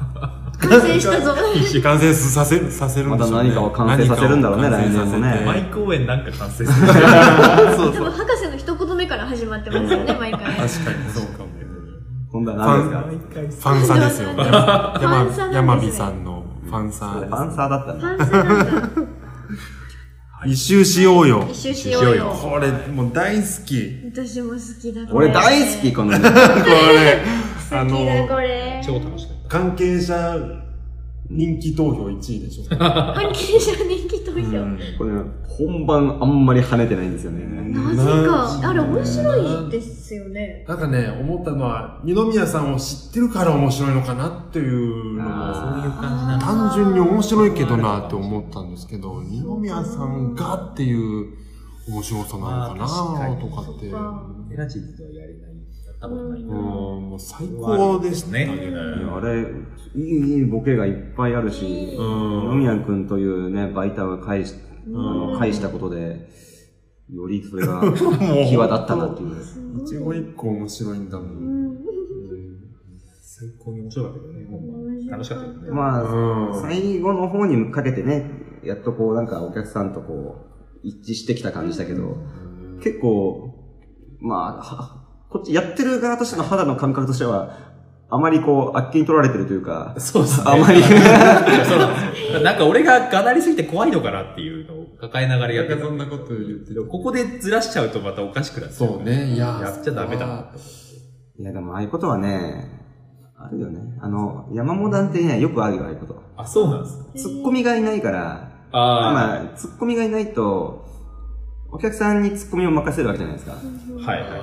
Speaker 1: 完成したぞ。
Speaker 2: 完成させる、させるんでしょうね
Speaker 3: また何かを完成させるんだろうね
Speaker 2: 何かを
Speaker 3: 来年もね
Speaker 2: 完成させ
Speaker 4: 毎
Speaker 2: て
Speaker 4: 公演なんか完 成する。
Speaker 1: 多分博士の一言目から始まってますよね、毎回。
Speaker 2: 確かにそうかも。
Speaker 3: 今度は何ですか
Speaker 4: 毎回
Speaker 2: ファンサですよ。
Speaker 1: ファンサなんです
Speaker 2: 山
Speaker 1: ね
Speaker 2: 山美さんのファンサ
Speaker 3: それ
Speaker 2: ー
Speaker 3: ファンサーだったんだ。
Speaker 1: パンサーなんだ。
Speaker 2: 一周しようよ
Speaker 1: 一。周しようよ。
Speaker 2: これ、もう大好き。
Speaker 1: 私も好きだこれ。
Speaker 3: 俺大好き、
Speaker 1: 好
Speaker 3: このね。
Speaker 2: これ、あ
Speaker 1: きだこ
Speaker 2: の、
Speaker 1: れ。
Speaker 4: 超楽しかっ
Speaker 2: 関係者人気投票1位でしょ。
Speaker 1: 関係者人気投票。
Speaker 3: これね、本番あんまり跳ねてないんですよね。
Speaker 1: なぜか、あれ面白いですよね。
Speaker 2: なんかね、思ったのは、二宮さんを知ってるから面白いのかなっていうのも、
Speaker 4: た。そういう感じなんだ。
Speaker 2: 単純に面白いけどなって思ったんですけど、二宮さんがっていう面白さなのか
Speaker 4: まあ
Speaker 2: な
Speaker 4: 確か
Speaker 2: と
Speaker 4: に
Speaker 2: かって。
Speaker 1: そっか
Speaker 2: うん
Speaker 4: ゼラチンズとはやれない。やったことない
Speaker 2: うん、
Speaker 4: な。
Speaker 2: もう最高でしたね。
Speaker 3: いやあれ、いいいいボケがいっぱいあるし、
Speaker 2: うん
Speaker 3: 野宮くんというね、バイターが返し、あ
Speaker 1: う
Speaker 3: の
Speaker 1: ん
Speaker 3: 返したことで、よりそれ が
Speaker 2: もう
Speaker 3: 際立ったなっていう。
Speaker 1: す
Speaker 2: 一
Speaker 1: ご
Speaker 2: 期
Speaker 1: い。
Speaker 2: 一個面白いんだも。
Speaker 1: うんん
Speaker 4: 最高に面白かったけどね、ほんま楽しかったけどね。
Speaker 3: まあ、
Speaker 2: うん
Speaker 3: 最後の方にかけてね、やっとこうなんかお客さんとこう一致してきた感じだけど、結構、まあ は、こっちやってる側としての肌の感覚としては、あまりこう、あっけに取られてるというか、
Speaker 4: そうですね。
Speaker 3: あ まり
Speaker 4: そうなんですなんか俺ががなりすぎて怖いのかなっていうのを抱えながらやってた。
Speaker 2: んなこと言って
Speaker 4: ここでずらしちゃうとまたおかしくなっちゃう。
Speaker 2: そう。ね、いや。
Speaker 4: やっちゃダメだなと思って。
Speaker 3: いやでもああいうことはね、あるよね。あの、山モダンってね、よくあるよ、ああいうこと。
Speaker 4: あ、そうなんですか。
Speaker 3: ツッコミがいないから、
Speaker 4: あ
Speaker 3: まあ、ツッコミがいないと、お客さんにツッコミを任せるわけじゃないですか。
Speaker 4: あ。はいはいはい。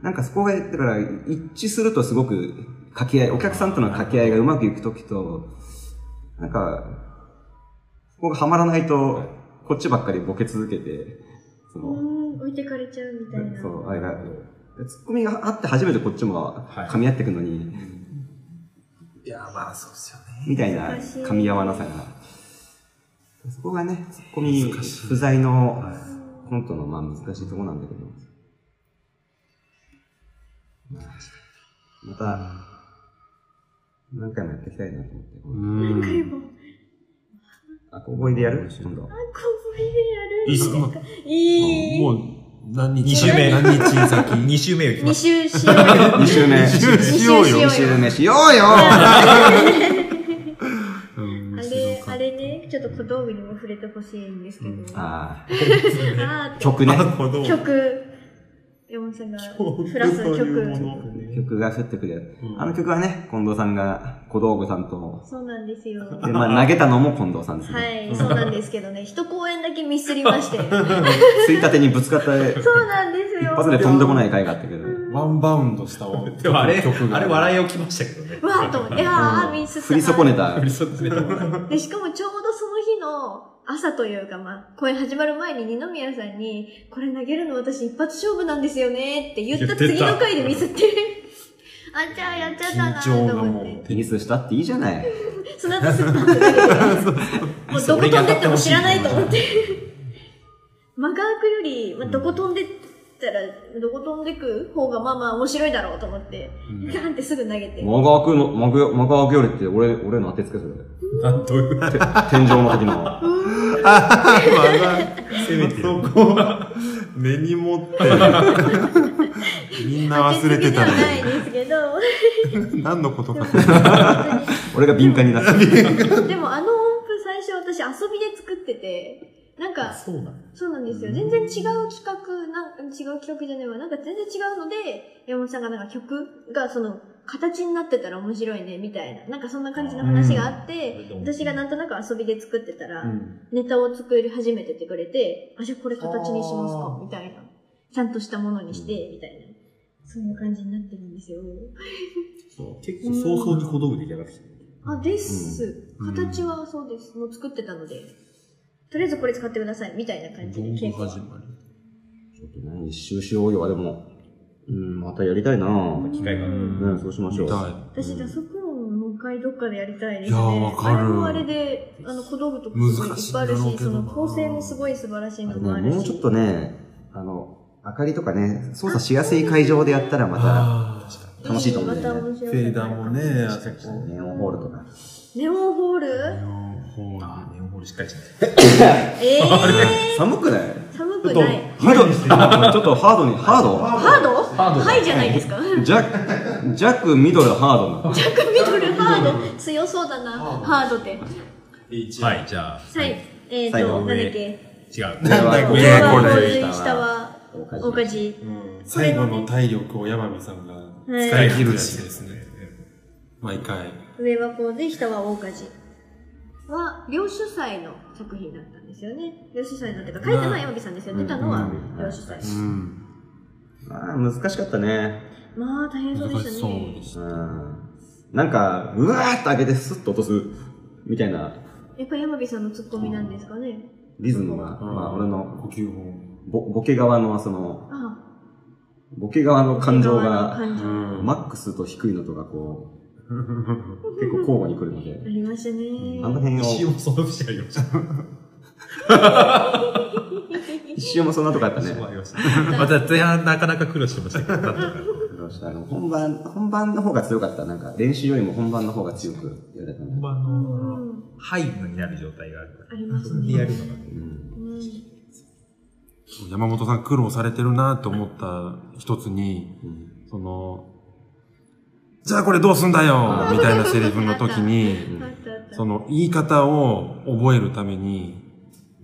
Speaker 3: なんかそこが、だから一致するとすごく掛け合い、お客さんとの掛け合いがうまくいくときと、なんか、そこがハマらないと、こっちばっかりボケ続けて、そうの、
Speaker 1: ん、置いてかれちゃうみたいな。
Speaker 3: そう、あれが、ツッコミがあって初めてこっちも
Speaker 4: はい
Speaker 3: 噛み合っていくのに、
Speaker 4: いや、まあそうですよね。
Speaker 3: みたいな
Speaker 1: 難しい
Speaker 3: 噛み合わなさが。そこがね、ツッコミ
Speaker 2: 難しい
Speaker 3: 不在のコントのまあ難しいとこなんだけど。また、何回もやっていきたいなと思って。
Speaker 1: 何回も。
Speaker 3: あ、ここでやる今度
Speaker 1: あ、。ここで
Speaker 2: いいっ
Speaker 1: や
Speaker 2: す
Speaker 1: る
Speaker 2: か
Speaker 1: のか。いい。
Speaker 2: もう、何日
Speaker 4: 二週目
Speaker 2: 何日先
Speaker 4: 2週目行きま
Speaker 1: 二周
Speaker 4: す。
Speaker 1: しようよ。
Speaker 3: 2週目。
Speaker 2: 二週しようよ
Speaker 3: 2週目しようよ
Speaker 1: あれ、あれね、ちょっと小道具にも触れてほしいんですけど。あ
Speaker 3: あ
Speaker 1: あ
Speaker 3: ー、曲ね。
Speaker 1: ー、曲、山本さんがプラスの曲。
Speaker 3: 曲が降ってくるやつ。あの曲はね、近藤さんが小道具さんと、
Speaker 1: そうなんですよ。
Speaker 3: で、まあ投げたのも近藤さんですね。
Speaker 1: はい、そうなんですけど ね、一公演だけミスりまして。そう
Speaker 3: ついたてにぶつかった一
Speaker 1: なんですよ。
Speaker 3: 発で飛んでこない回があったけど。
Speaker 2: ワンバウンドしたわ
Speaker 4: でもあれ、
Speaker 2: 曲が
Speaker 4: あれ笑い起きましたけどね。
Speaker 1: わーっと思って、あー、ミスった。
Speaker 3: 振り損ねた
Speaker 4: 振。り添っても
Speaker 1: で、しかもちょうどその日の朝というか、まあ、公演始まる前に二宮さんに、これ投げるの私一発勝負なんですよねって言った次の回でミスって。あちゃーやっちゃったな
Speaker 2: 緊張
Speaker 1: ーと
Speaker 2: が
Speaker 1: 思
Speaker 2: も
Speaker 1: って
Speaker 2: う。
Speaker 3: ミスしたっていいじゃない。
Speaker 1: そ の後すぐパッと投げてもうどこ飛んでっても知らないと思って。間が空くより、まあ、どこ飛んでったら、どこ飛んでく方がまあまあ面白いだろうと思って、
Speaker 2: うん
Speaker 1: ガンってすぐ投げて。
Speaker 3: 間が空くの、間が間が空くよりって、俺、俺の当てつけそれ。
Speaker 4: なんという。
Speaker 3: て天井の時の。
Speaker 4: せめて
Speaker 2: そこは根に持ってるみんな忘れてた
Speaker 1: 当て
Speaker 2: ね
Speaker 1: つけじゃないですけど。
Speaker 2: 何のことか
Speaker 3: 俺が敏感になって る。
Speaker 1: でもあの音符最初私遊びで作ってて、なんか、
Speaker 4: そうなんだ
Speaker 1: そうなんですよ。全然違う企画、なん違う企画じゃないわ。なんか全然違うので、山本さんがなんか曲がその形になってたら面白いね、みたいな。なんかそんな感じの話があって、
Speaker 4: うん
Speaker 1: 私がなんとなく遊びで作ってたら、
Speaker 3: うん
Speaker 1: ネタを作り始めててくれて、あ、じゃあこれ形にします
Speaker 4: あ
Speaker 1: か
Speaker 4: ー、
Speaker 1: みたいな。ちゃんとしたものにして、みたいな。そういう感じになってるんですよ。
Speaker 4: 結構早々に小道具出来上がってきた。
Speaker 1: あ、です。
Speaker 2: うん
Speaker 1: 形はそうです。もう作ってたので。とりあえずこれ使ってください、みたいな感じで。
Speaker 2: 文
Speaker 1: 結
Speaker 2: 庫
Speaker 1: 構
Speaker 2: 始まり
Speaker 3: ちょっとね、一周しようよ。でも、うん、またやりたいなぁ。
Speaker 4: 機械が。
Speaker 2: うん
Speaker 3: ね、そうしましょう。
Speaker 2: 見たい
Speaker 1: 私、打足音もう一回どっかでやりたいですね。
Speaker 2: いやーわかる
Speaker 1: あれもあれで、あの、小道具とかすごいいっぱいある
Speaker 2: 難しいんだろう
Speaker 1: し、そ
Speaker 2: けどな
Speaker 1: の構成もすごい素晴らしい
Speaker 3: あ
Speaker 1: の
Speaker 3: と
Speaker 1: もあ
Speaker 3: ね、
Speaker 1: るし。
Speaker 3: もうちょっとね、あの、明かりとかね、操作しやすい会場でやったらま
Speaker 2: あー
Speaker 3: 楽しいと思うんだ
Speaker 1: ま
Speaker 3: よね
Speaker 1: た面白い
Speaker 2: フェーダーもねあそ
Speaker 3: た、
Speaker 2: こ
Speaker 3: ネオンホールとか。
Speaker 1: ネオンホール
Speaker 2: ほ
Speaker 4: ああ、ネオンホールしっかりしない。
Speaker 1: えー、
Speaker 3: 寒くない
Speaker 1: 寒くない。
Speaker 3: ハードにしてちょっとハードに、ハード
Speaker 1: ハード
Speaker 4: ハードだ
Speaker 1: はいじゃないですか。
Speaker 3: ジャック、ジャック、ミドル、ハードな。
Speaker 1: ジャックミドルハ ード強そうだな、ハードで。は
Speaker 4: はい、じゃあ、
Speaker 1: い。えー
Speaker 3: 最
Speaker 1: と、
Speaker 3: 後
Speaker 1: なんだっけ。
Speaker 4: 違う。
Speaker 2: なんだこれ
Speaker 1: 上は
Speaker 2: こ
Speaker 1: 洪
Speaker 2: れ
Speaker 1: 水、下は大火事。
Speaker 2: 最後の体力を山美さんが
Speaker 1: は
Speaker 2: 使
Speaker 1: い
Speaker 2: い切るやつですね毎回
Speaker 1: 上は洪水、下は大火事。は、領主祭の作品だったんですよね。領主祭のっていうか、書いたのは山火さんですよ。
Speaker 3: うん
Speaker 1: 出たのは
Speaker 3: うん
Speaker 1: 領主祭。
Speaker 2: うん
Speaker 3: ああ、難しかったね。
Speaker 1: まあ、大変そうで
Speaker 2: 難し
Speaker 1: した
Speaker 2: そう
Speaker 1: ね
Speaker 2: で。し
Speaker 3: う
Speaker 2: た
Speaker 3: ん。なんか、うわーって上げてスッと落とす、みたいな
Speaker 1: やっぱ山火さんのツッコミなんですかね。
Speaker 3: リズムが、
Speaker 2: うん
Speaker 3: まあ俺の
Speaker 2: 呼吸法
Speaker 3: ボ、ボケ側のその、
Speaker 1: あ
Speaker 3: ボケ側の
Speaker 1: あ、
Speaker 3: 感情
Speaker 1: 側の
Speaker 3: が、
Speaker 1: 感情
Speaker 2: ん
Speaker 3: マックスと低いのとがこう、結構交互に来るの
Speaker 1: あ
Speaker 3: で、
Speaker 1: りました
Speaker 3: あの
Speaker 1: ね。
Speaker 3: 辺を、
Speaker 4: 一応その節ありました。
Speaker 3: 一周もそんなとこあったね
Speaker 4: 一。応ありました。また前半なかなか苦労してましたけど、なんとか。
Speaker 3: どうしたあの本番、本番の方が強かった。なんか、練習よりも本番の方が強くやれた
Speaker 4: 本
Speaker 3: ね。
Speaker 4: 番
Speaker 1: う
Speaker 4: の
Speaker 1: ん、
Speaker 4: ハイになる状態があるか
Speaker 1: あります
Speaker 4: ら。でや
Speaker 1: ね。
Speaker 4: るのが。
Speaker 3: うん。
Speaker 1: うん
Speaker 2: 山本さん苦労されてるなと思った一つに
Speaker 3: うん
Speaker 2: そのじゃあこれどうすん だよみたいなセリフの時に
Speaker 1: あったあった。
Speaker 2: その言い方を覚えるために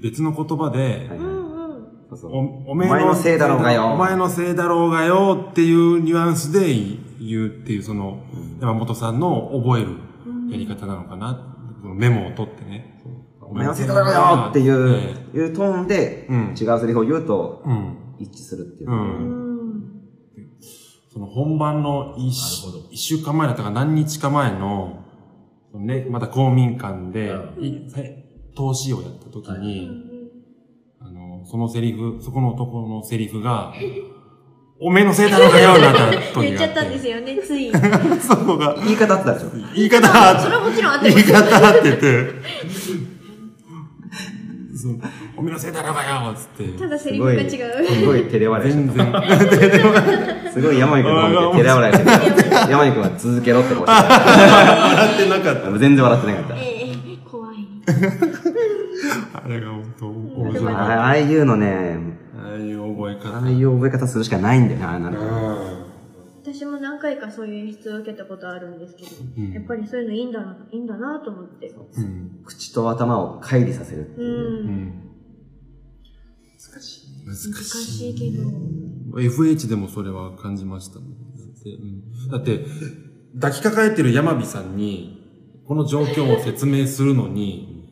Speaker 2: 別の言葉で
Speaker 3: はいは
Speaker 1: うん
Speaker 3: い。
Speaker 1: うん。
Speaker 3: そうそう。
Speaker 2: おお
Speaker 3: お前のせいだろうがよ
Speaker 2: お前のせいだろうがよっていうニュアンスで言うっていう、その、
Speaker 3: うん
Speaker 2: 山本さんの覚えるやり方なのかな。そのメモを取ってね。
Speaker 3: お前のせいだろうよっていう、いうトーンで、
Speaker 2: うん
Speaker 3: 違うセリフを言うと、
Speaker 2: うん。
Speaker 3: 一致するっていう。
Speaker 2: う
Speaker 1: うんん。
Speaker 2: その本番の一
Speaker 4: なるほど
Speaker 2: 一週間前だったか何日か前の、そのね、また公民館で、
Speaker 4: う
Speaker 2: い投資をやった時
Speaker 1: う
Speaker 2: に、
Speaker 1: ん
Speaker 2: あの、そのセリフ、そこの男のセリフが、おめえのせいだろうがよになった時
Speaker 1: 言っ
Speaker 2: が
Speaker 1: ち
Speaker 2: あ
Speaker 1: ゃったん
Speaker 2: っ
Speaker 1: です
Speaker 2: て、
Speaker 1: よね、つい。
Speaker 2: そこが、
Speaker 3: 言い方あってたでしょ。
Speaker 2: 言い方が
Speaker 1: それはもちろんあって
Speaker 2: 言
Speaker 1: ま
Speaker 2: い
Speaker 1: す。
Speaker 2: 方合ってて。そうおめえのせいだろうがよっつって。
Speaker 1: ただセリフが違う。
Speaker 3: すごい照れ笑いし
Speaker 2: 全然。
Speaker 3: た。すごい山井くんの方見て照れ笑いしてた。山井くんは続けろって顔して
Speaker 2: 笑ってなかった
Speaker 3: た。全然笑ってなかっ
Speaker 1: ええ、怖い。。
Speaker 2: あれが本当面白
Speaker 3: た。
Speaker 2: い。
Speaker 3: ああああいうのね、
Speaker 2: ああいう覚え
Speaker 3: あ
Speaker 2: 方。
Speaker 3: あいう覚え方するしかないんだよな、ああなるほ
Speaker 1: 私も何回かそういう演出を受けたことあるんですけど、
Speaker 2: うん
Speaker 1: やっぱりそういうのいいんだな、いいんだなと思って。う。
Speaker 2: うん。
Speaker 3: ど口と頭を乖離させるっていう。
Speaker 2: うんん。難しい。難
Speaker 1: 難しいけど。
Speaker 2: FH でもそれは感じましたね、だって、うんだって抱きかかえてる山火さんに、この状況を説明するのに、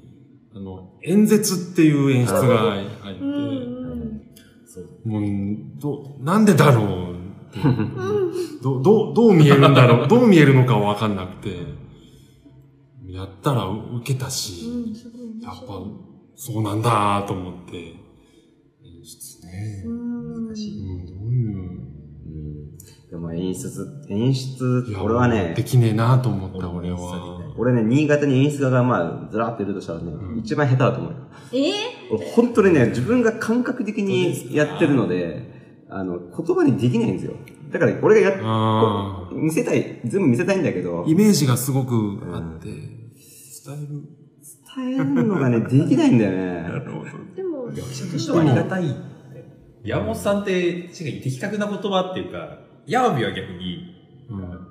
Speaker 2: あの、演説っていう演出が入って、
Speaker 1: うんうん。
Speaker 4: そう。
Speaker 2: もう、ど、なんでだろうってど、どう、どう見えるん だろう、どう見えるのかわかんなくて、やったら受けたし、
Speaker 1: うん、すごい面
Speaker 2: やっぱ
Speaker 1: 白い。、
Speaker 2: そうなんだと思って、演出ね。
Speaker 1: うん。難し
Speaker 2: うん、どういう、
Speaker 3: うんでも演出、演出
Speaker 2: いや、
Speaker 3: 俺は
Speaker 2: で
Speaker 3: ね、
Speaker 2: きねえなと思った、俺
Speaker 4: 俺も
Speaker 2: は。
Speaker 3: 俺ね、新潟に演出家がまあ、ずらーっているとしたらね、一番下手だと思うよ。
Speaker 1: え
Speaker 3: 本当にね、自分が感覚的にやってるので、あの、言葉にできないんですよ。だから、これがやっ、
Speaker 2: あ
Speaker 3: 見せたい、全部見せたいんだけど
Speaker 2: ー、イメージがすごくあって、伝える。
Speaker 3: 伝えるのがね、できないんだよね。
Speaker 1: でも、
Speaker 4: 役者としてはありがたい。山本さんって、確かに的確な言葉っていうか、ヤオビは逆に、
Speaker 2: うん。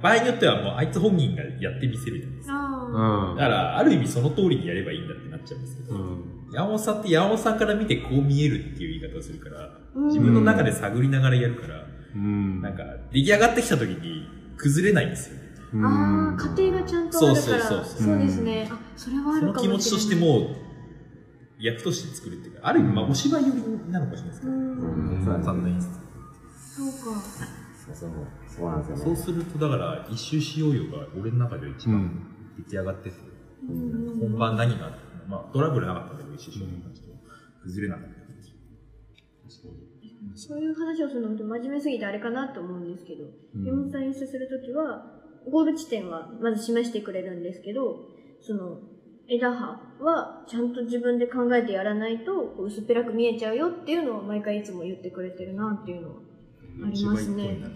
Speaker 4: 場合によってはもうあいつ本人がやってみせるじゃないですか。
Speaker 1: あ
Speaker 2: うん
Speaker 4: だから、ある意味その通りにやればいいんだってなっちゃうんですけど、
Speaker 2: うん。
Speaker 4: 山本さんって山本さんから見てこう見えるっていう言い方をするから、
Speaker 1: あ、
Speaker 4: 自分の中で探りながらやるから、
Speaker 2: うん。
Speaker 4: なんか、出来上がってきた時に崩れないんですよね。
Speaker 2: うん、
Speaker 1: ああ、家庭がちゃんとあるから、
Speaker 4: そうそうそう
Speaker 1: そうですね。あ、それはあ
Speaker 4: そ
Speaker 1: る
Speaker 4: の
Speaker 1: かも
Speaker 4: 気
Speaker 1: しれな
Speaker 4: 持
Speaker 1: い。
Speaker 4: ちとしてもう、役として作るっていうか、ある意味、まあ、お芝居寄りなのかもしれないですけ
Speaker 1: う
Speaker 4: ど、
Speaker 1: ん、
Speaker 3: うん
Speaker 4: わかんないです。
Speaker 1: そうか。
Speaker 3: そうそうなんですよ
Speaker 4: そう
Speaker 3: ね。
Speaker 4: すると、だから、一周しようよが、俺の中では一
Speaker 2: う
Speaker 4: 番
Speaker 2: ん。
Speaker 4: 出来上がってて、
Speaker 1: うんうん
Speaker 4: 本番何があったのまあ、トラブルなかったけど、一周しように関しては、崩れなかったっていう
Speaker 1: そういう話をするのって真面目すぎてあれかなと思うんですけど、
Speaker 2: うん
Speaker 1: 山本さん演出するときは、ゴール地点はまず示してくれるんですけど、その、枝葉はちゃんと自分で考えてやらないとこう薄っぺらく見えちゃうよっていうのを毎回いつも言ってくれてるなっていうのは。ありますね
Speaker 4: 芝居っぽいな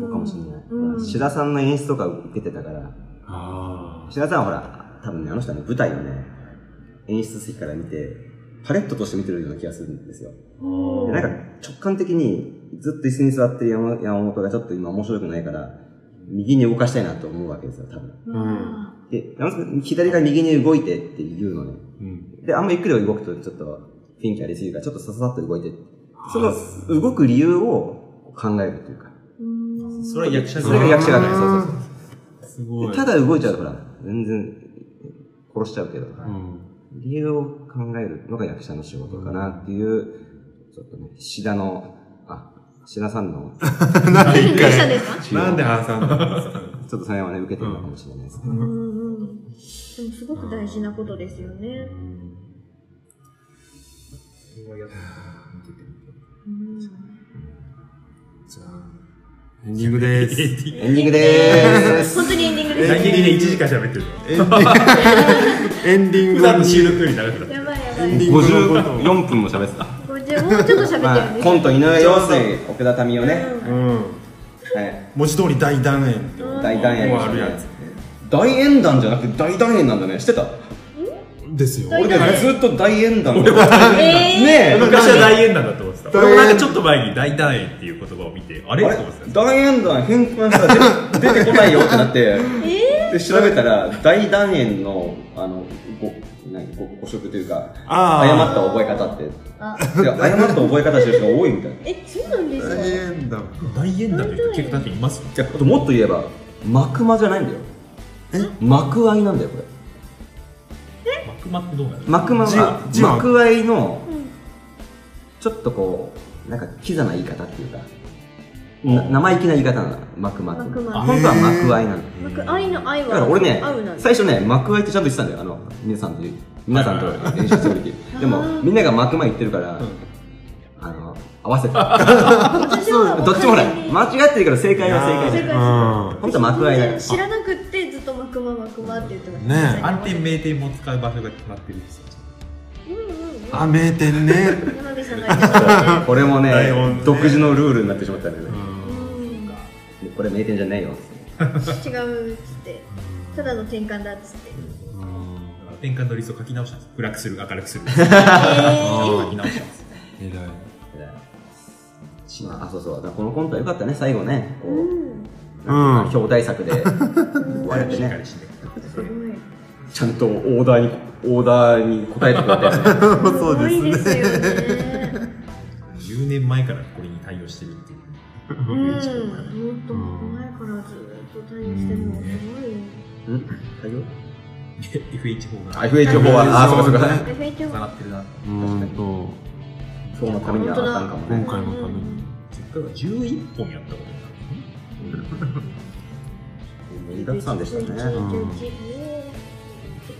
Speaker 3: そうかもしれない。
Speaker 1: うん
Speaker 3: 志田さんの演出とか受けてたから、
Speaker 2: あ
Speaker 3: 志田さんはほら、多分ね、あの人はね、舞台をね、演出席から見て、パレットとして見てるような気がするんですよ。
Speaker 1: うん
Speaker 3: でなんか直感的に、ずっと椅子に座ってる山山本がちょっと今面白くないから、右に動かしたいなと思うわけですよ、多分。
Speaker 1: うん
Speaker 3: で、山本さん、左から右に動いてって言うのね。
Speaker 2: ー。うん。
Speaker 3: で、あんまゆっくり動くとちょっと雰囲気ありすぎるから、ちょっとさささっと動いて。その動く理由を考えるというか。
Speaker 1: うん
Speaker 4: それは役者
Speaker 3: それが役者がね、
Speaker 2: う
Speaker 3: そ
Speaker 2: ん
Speaker 3: うそうそう。
Speaker 2: すごい。
Speaker 3: でただ動いちゃうとほら、全然殺しちゃうけど、
Speaker 2: うん。
Speaker 3: 理由を考えるのが役者の仕事かなっていう、ちょっとね、志田の、あ、志田さんの、ち
Speaker 2: なんで
Speaker 1: どう
Speaker 2: 一
Speaker 1: したん
Speaker 2: 回。
Speaker 1: ですか
Speaker 2: なんで挟んだんですか
Speaker 3: ょっとそれはね、受けてるのかもしれないですね。
Speaker 1: うんうん。でもすごく大事なことですよね。 うん
Speaker 2: じゃあ、エンディングです。
Speaker 3: エンディングでーす。
Speaker 1: 本当にエンディング
Speaker 4: 乱切
Speaker 1: で
Speaker 4: りで1時間喋ってる
Speaker 2: エンディングエンディン
Speaker 4: の。
Speaker 2: グ
Speaker 4: 普段の収録より長くな
Speaker 1: す。
Speaker 4: った。
Speaker 1: やばいやばい。
Speaker 2: 54
Speaker 3: 54分も喋ってた。
Speaker 1: これじゃあもうちょっと喋ってるん
Speaker 3: まあ、
Speaker 1: です
Speaker 3: コント、
Speaker 1: よ。
Speaker 3: 井上陽水、奥田民生ね。
Speaker 2: うん
Speaker 3: はい。
Speaker 2: 文字通り大断円って
Speaker 3: 大団円
Speaker 2: もうあるやつ
Speaker 3: 大演壇じゃなくて大団円なんだね。してた
Speaker 2: ですよ
Speaker 1: 大
Speaker 3: 俺
Speaker 1: 団円
Speaker 3: ねずっと大演壇。
Speaker 1: うんえー
Speaker 3: ねえ。
Speaker 4: 昔は大演なんだと思ってた。
Speaker 2: 大
Speaker 4: 俺も
Speaker 2: 演
Speaker 4: なんかちょっと前に大団円っていう言葉を見て、あれ
Speaker 3: あ
Speaker 4: と
Speaker 3: れ
Speaker 4: 思ってたんですよ。
Speaker 3: 大円団変換したら出て出てこないよってなって、で調べたら大団円のあのご何ご誤植というか
Speaker 2: あー
Speaker 3: 誤った覚え方って
Speaker 1: あ
Speaker 3: で誤った覚え方してる人が多いみたいな
Speaker 1: え、そうなんですか
Speaker 2: 大円だ
Speaker 4: 大円なんて結構だっています
Speaker 3: じゃあもっと言えば幕間じゃないんだよ幕間なんだよこれ
Speaker 4: 幕間ってどうなの
Speaker 3: 幕間は
Speaker 2: じじは
Speaker 3: 幕間の
Speaker 1: うん
Speaker 3: ちょっとこうなんかキザな言い方っていうかな生意気な言い方なの幕間っていうのは
Speaker 1: 幕
Speaker 2: 間
Speaker 3: 本当は幕間なの
Speaker 1: 僕愛の愛
Speaker 3: だから
Speaker 1: は
Speaker 3: 俺ね
Speaker 1: 合うなん、です
Speaker 3: 最初ね、幕前ってちゃんと言ってたんだよ、あの、皆さんと、皆さんと練習する 時で
Speaker 1: あ
Speaker 3: も、
Speaker 1: ー
Speaker 3: みんなが幕前言ってるから、あの、合わせた。
Speaker 1: 私はもう
Speaker 3: どっちもほら
Speaker 1: 完全、に
Speaker 3: 間違ってるから正解は正解
Speaker 1: 正解
Speaker 3: だよ。
Speaker 2: うん
Speaker 3: ほんと幕前だよ。
Speaker 1: 知らなくってずっとマクママクマって言ってました
Speaker 2: ねえ
Speaker 4: 暗転名店も使う場所が決まってるんですよ。
Speaker 1: うんうんうん
Speaker 2: あ名店ね
Speaker 1: 山口さんが言ってましたね
Speaker 3: これもね
Speaker 2: 台本ね、
Speaker 3: 独自のルールになってしまったんだよね。
Speaker 1: うん
Speaker 3: もうこれ名店じゃないよ。
Speaker 1: 違うっつってただの転換だっつって
Speaker 2: うん
Speaker 4: だから転換の理想を書き直したんです。暗くする、明るくする。書き直したんです。
Speaker 2: 偉い
Speaker 3: まあ、あそうそう。だからこのコントはよかったね、最後ね。こ
Speaker 1: う
Speaker 3: う、
Speaker 1: ん
Speaker 2: うん
Speaker 3: 表題作で終われて
Speaker 4: しっか
Speaker 3: ね、
Speaker 4: りして。
Speaker 1: すごい
Speaker 3: ちゃんとオーダーに、オーダーに答えてくれたよ
Speaker 1: す
Speaker 3: ね。
Speaker 1: ごいですよね
Speaker 4: 10年前からこれに対応してるっていう。
Speaker 1: うん本当前からずっと対応してるのがすごい
Speaker 3: ん大丈夫
Speaker 4: FH 法が
Speaker 3: FH 法は、あ、そうかそうか。
Speaker 1: f h
Speaker 4: 重なってるな。
Speaker 2: うんと
Speaker 3: 今日のためにはあったんかも
Speaker 2: 今
Speaker 3: ね。
Speaker 2: 回のために
Speaker 4: 実家が11本やったことになるんですね。
Speaker 3: 盛りだくさんでしたね。
Speaker 2: ん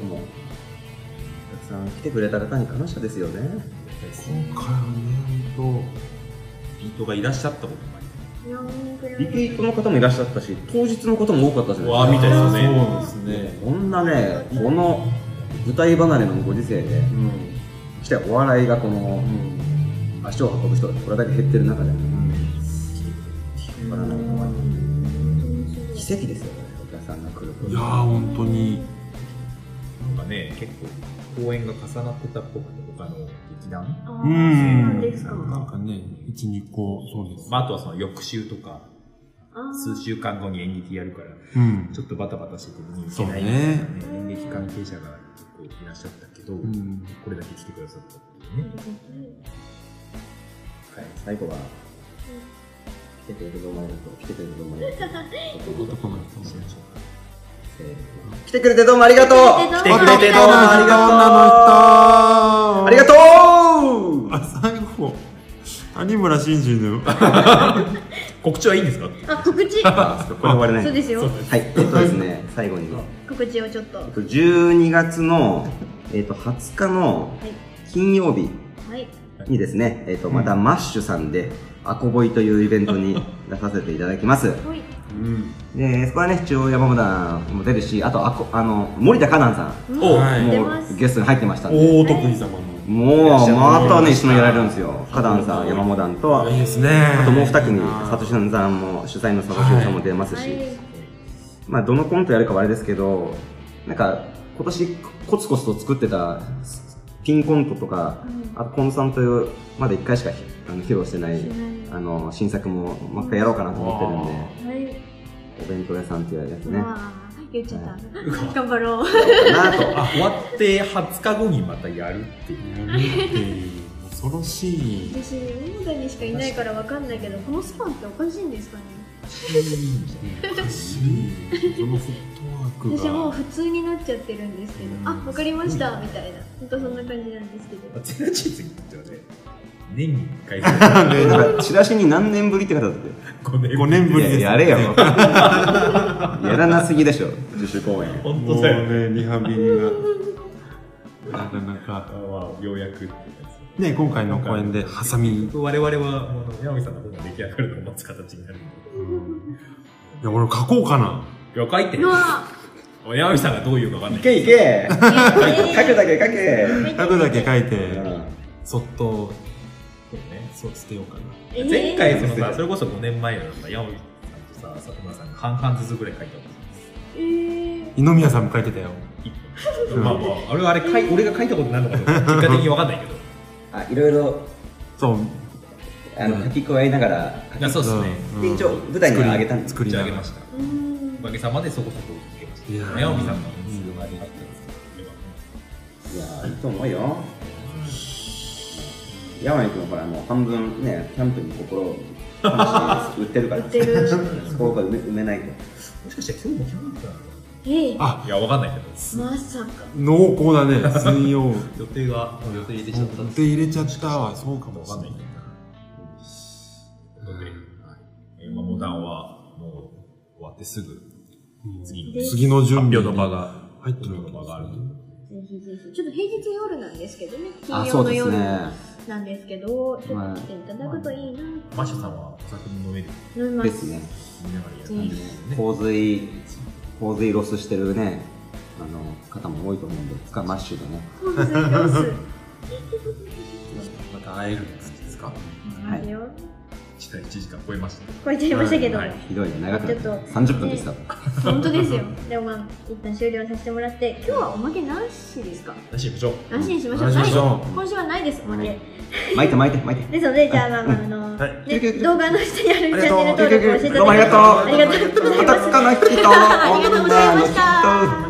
Speaker 3: もうたくさん来てくれた方に感謝ですよね。
Speaker 2: 今回はねほん
Speaker 4: ビートがいらっしゃったこともあります。
Speaker 3: リピートの方もいらっしゃったし、当日の方も多かったじゃ
Speaker 4: わあ
Speaker 3: ない
Speaker 4: み
Speaker 3: で
Speaker 4: たいですね。
Speaker 2: とそうですね
Speaker 3: すか。こんなね、この舞台離れのご時世で、
Speaker 2: うん
Speaker 3: してお笑いがこの足を運ぶ人がこれだけ減ってる中で変わらないのは奇跡ですよねお客さんが来る
Speaker 2: いやー本当に
Speaker 4: なんかね、結構、公演が重なってたっぽくて、他の劇団。
Speaker 1: あーそ
Speaker 2: う
Speaker 1: うなんんですか。
Speaker 2: なんかね12個そうです、
Speaker 4: まあ、あとはその翌週とか、
Speaker 1: あー
Speaker 4: 数週間後に演劇やるから、
Speaker 2: うん
Speaker 4: ちょっとバタバタしてて見に行けな
Speaker 2: そ
Speaker 4: い
Speaker 2: うね
Speaker 4: みたいな演劇関係者が結構いらっしゃったけど、
Speaker 2: うん、
Speaker 4: これだけ来てくださったっていうね。
Speaker 3: 最後は来てくれるぞお前らと来てくれるぞお前らと
Speaker 2: 男の人
Speaker 4: しましょうか
Speaker 3: せーの 来てくれてどうもありがと う
Speaker 1: 来てくれてどうも
Speaker 3: ありがとう
Speaker 2: 女の人う
Speaker 3: ありがとう
Speaker 2: あ最後谷村新司の
Speaker 4: 告知はいいんですか
Speaker 1: あ、告知
Speaker 3: あこれ終われない
Speaker 1: そうですよ。
Speaker 3: はい、えっとですね、最後に、
Speaker 1: 告知をちょっと。
Speaker 3: え
Speaker 1: は
Speaker 3: っと12月の、えっと、20日の金曜日
Speaker 1: い。はい。
Speaker 3: にですね、えっと、またマッシュさんで、アコボイというイベント に出させていただきます。
Speaker 1: はい。
Speaker 2: うん
Speaker 3: で、そこはね、中央山本も出るし、あと、あこあの、森田香南さん、
Speaker 4: お
Speaker 2: はい
Speaker 1: 出
Speaker 3: も
Speaker 1: ます
Speaker 3: うゲストに入ってましたんで、
Speaker 2: 大徳井様の
Speaker 3: もう、またね、一緒にやられるんですよ。香南さん、山本と、
Speaker 2: いいですね
Speaker 3: あ
Speaker 2: あ
Speaker 3: ともう二組、サトシさんも、主催のサトシさんも出ます
Speaker 1: は
Speaker 3: し、
Speaker 1: い。
Speaker 3: まあ、どのコントやるかはあれですけど、なんか、今年コツコツと作ってたピンコントとか、あとコンさんという、まだ1回しかひあの披露してない、あの、新作ももう一回やろうかなと思ってるんで、
Speaker 1: はい。
Speaker 3: お弁当屋さんっていうやつ
Speaker 1: う
Speaker 3: ね、
Speaker 1: わー言っちゃった。頑張ろう。
Speaker 3: な ぁと。
Speaker 4: あ、終わって20日後にまたやるっていう。
Speaker 2: やるっていう恐ろしい
Speaker 1: 私、モモダにしかいないからわかんないけど、このスパンっておかしいんですかね。
Speaker 2: おかしいそのフットワークが
Speaker 1: 私もう普通になっちゃってるんですけど、あ、わかりました、みたいな。ほんとそんな感じなんですけど。
Speaker 4: ゼラチンズに行ってはね、年に1回ぐ らい
Speaker 3: なんかチラシに何年ぶりって書いてあっ
Speaker 4: 5年
Speaker 2: 五年ぶり
Speaker 3: て、
Speaker 2: です
Speaker 3: いややれよ。やらなすぎでしょ、自主公演。
Speaker 4: 本
Speaker 2: も
Speaker 4: 当
Speaker 2: う
Speaker 4: だよね。
Speaker 2: ねリハビリがなかな
Speaker 4: あ
Speaker 2: か
Speaker 4: まあようやくって感じですね
Speaker 2: ね今回の公演でハサミ
Speaker 4: 我々は、もう、山美さんの本が出来上がるのを待つ形になるんで。
Speaker 2: いや俺書こうかない
Speaker 4: や、書いて
Speaker 1: う
Speaker 4: る。
Speaker 1: わ
Speaker 4: 山美さんがどういうかわかんないい。
Speaker 3: けいけ
Speaker 1: ーえ
Speaker 3: 書くだけ書け
Speaker 1: ー
Speaker 2: 書くだけ書いうて
Speaker 3: ん
Speaker 2: そっと
Speaker 4: そうね
Speaker 2: そう捨てようかな
Speaker 1: えー
Speaker 4: 前回、そのさ、それこそ5年前のさ、山美さんとさ、里村さんが半々ずつぐらい書いたんですよ
Speaker 1: えー
Speaker 2: 二宮さんも書いてたよ
Speaker 4: 一
Speaker 2: うん
Speaker 4: 本。まあまあ、あれはあれ書い、俺が書いたことになるのかどうか、結果的にわかんないけど。
Speaker 3: あ、いろいろ、
Speaker 2: そう
Speaker 3: あの、書き加えながら、
Speaker 4: いやそうですね。
Speaker 2: うん
Speaker 3: で一応舞台に上げたんです
Speaker 2: 作
Speaker 4: 打
Speaker 2: り
Speaker 4: ち上
Speaker 2: 上
Speaker 4: げ
Speaker 2: げま
Speaker 4: ま
Speaker 2: し
Speaker 4: した。
Speaker 1: うーん
Speaker 4: おかげさまでそこそこ受けま
Speaker 2: いや
Speaker 4: し
Speaker 2: ー
Speaker 4: た。山美さんの人数がありがったんですけ
Speaker 3: い
Speaker 4: ど。
Speaker 3: やーいいと思うよ山井君ほらもう半分ねキャンプに心を魂売ってるから
Speaker 1: 売ってる
Speaker 3: そこが埋め埋めないと
Speaker 4: もしかして今日もキャンプなのか
Speaker 1: えー
Speaker 2: あ
Speaker 4: ないや、わかんないけど。
Speaker 1: まさか
Speaker 2: 濃厚だね水曜 も
Speaker 4: 予定が、もう予定入れちゃった
Speaker 2: う
Speaker 4: んです
Speaker 2: 手入れちゃったわそうかも
Speaker 4: わ
Speaker 2: し
Speaker 4: かんない
Speaker 2: れな
Speaker 4: け
Speaker 2: い
Speaker 4: どな。ということで、今モダンはもう終わってすぐ、次の
Speaker 1: で
Speaker 2: 次の準備に
Speaker 4: 発表の場が、
Speaker 2: 入ってる
Speaker 4: 発表の場がある
Speaker 1: ぜひぜひちょっと平日夜なんですけどね金
Speaker 3: あ
Speaker 1: 曜
Speaker 3: そう
Speaker 1: の
Speaker 3: です
Speaker 1: 夜
Speaker 3: ね
Speaker 1: なんですけどちょっと来ていただくといいな
Speaker 4: マシャさんはお酒も飲める。
Speaker 1: 飲みま
Speaker 3: です
Speaker 1: す
Speaker 3: ね
Speaker 4: みんながやるんですよね。
Speaker 3: 洪水洪水ロスしてるねあの方も多いと思うんでつかマッシュでね
Speaker 1: コンセントス
Speaker 2: また会えるんですか
Speaker 1: 待てよ
Speaker 4: 一対1時間超えました。
Speaker 1: 超えちゃいましたけど
Speaker 4: はい
Speaker 3: ひどいね長くなった
Speaker 1: ちょっと
Speaker 3: 30分でした
Speaker 1: 本当ですよでもまあ一旦終了させてもらって今日はおまけなしですか
Speaker 4: 大丈夫でしょう。
Speaker 1: なしにしましょ
Speaker 2: な
Speaker 1: う
Speaker 2: しにしましょう
Speaker 1: はい今週はないですおま
Speaker 3: は
Speaker 1: け
Speaker 3: い巻いて巻いて巻いて
Speaker 1: ですのでじゃあまあまああの
Speaker 2: はい
Speaker 1: ね動画の下にあるチャンネル登録をしていただけ
Speaker 3: どうもありがとう
Speaker 1: ありがとうござい
Speaker 3: ま
Speaker 1: ます
Speaker 3: たつかの人
Speaker 1: ありがとうございました
Speaker 3: 女の人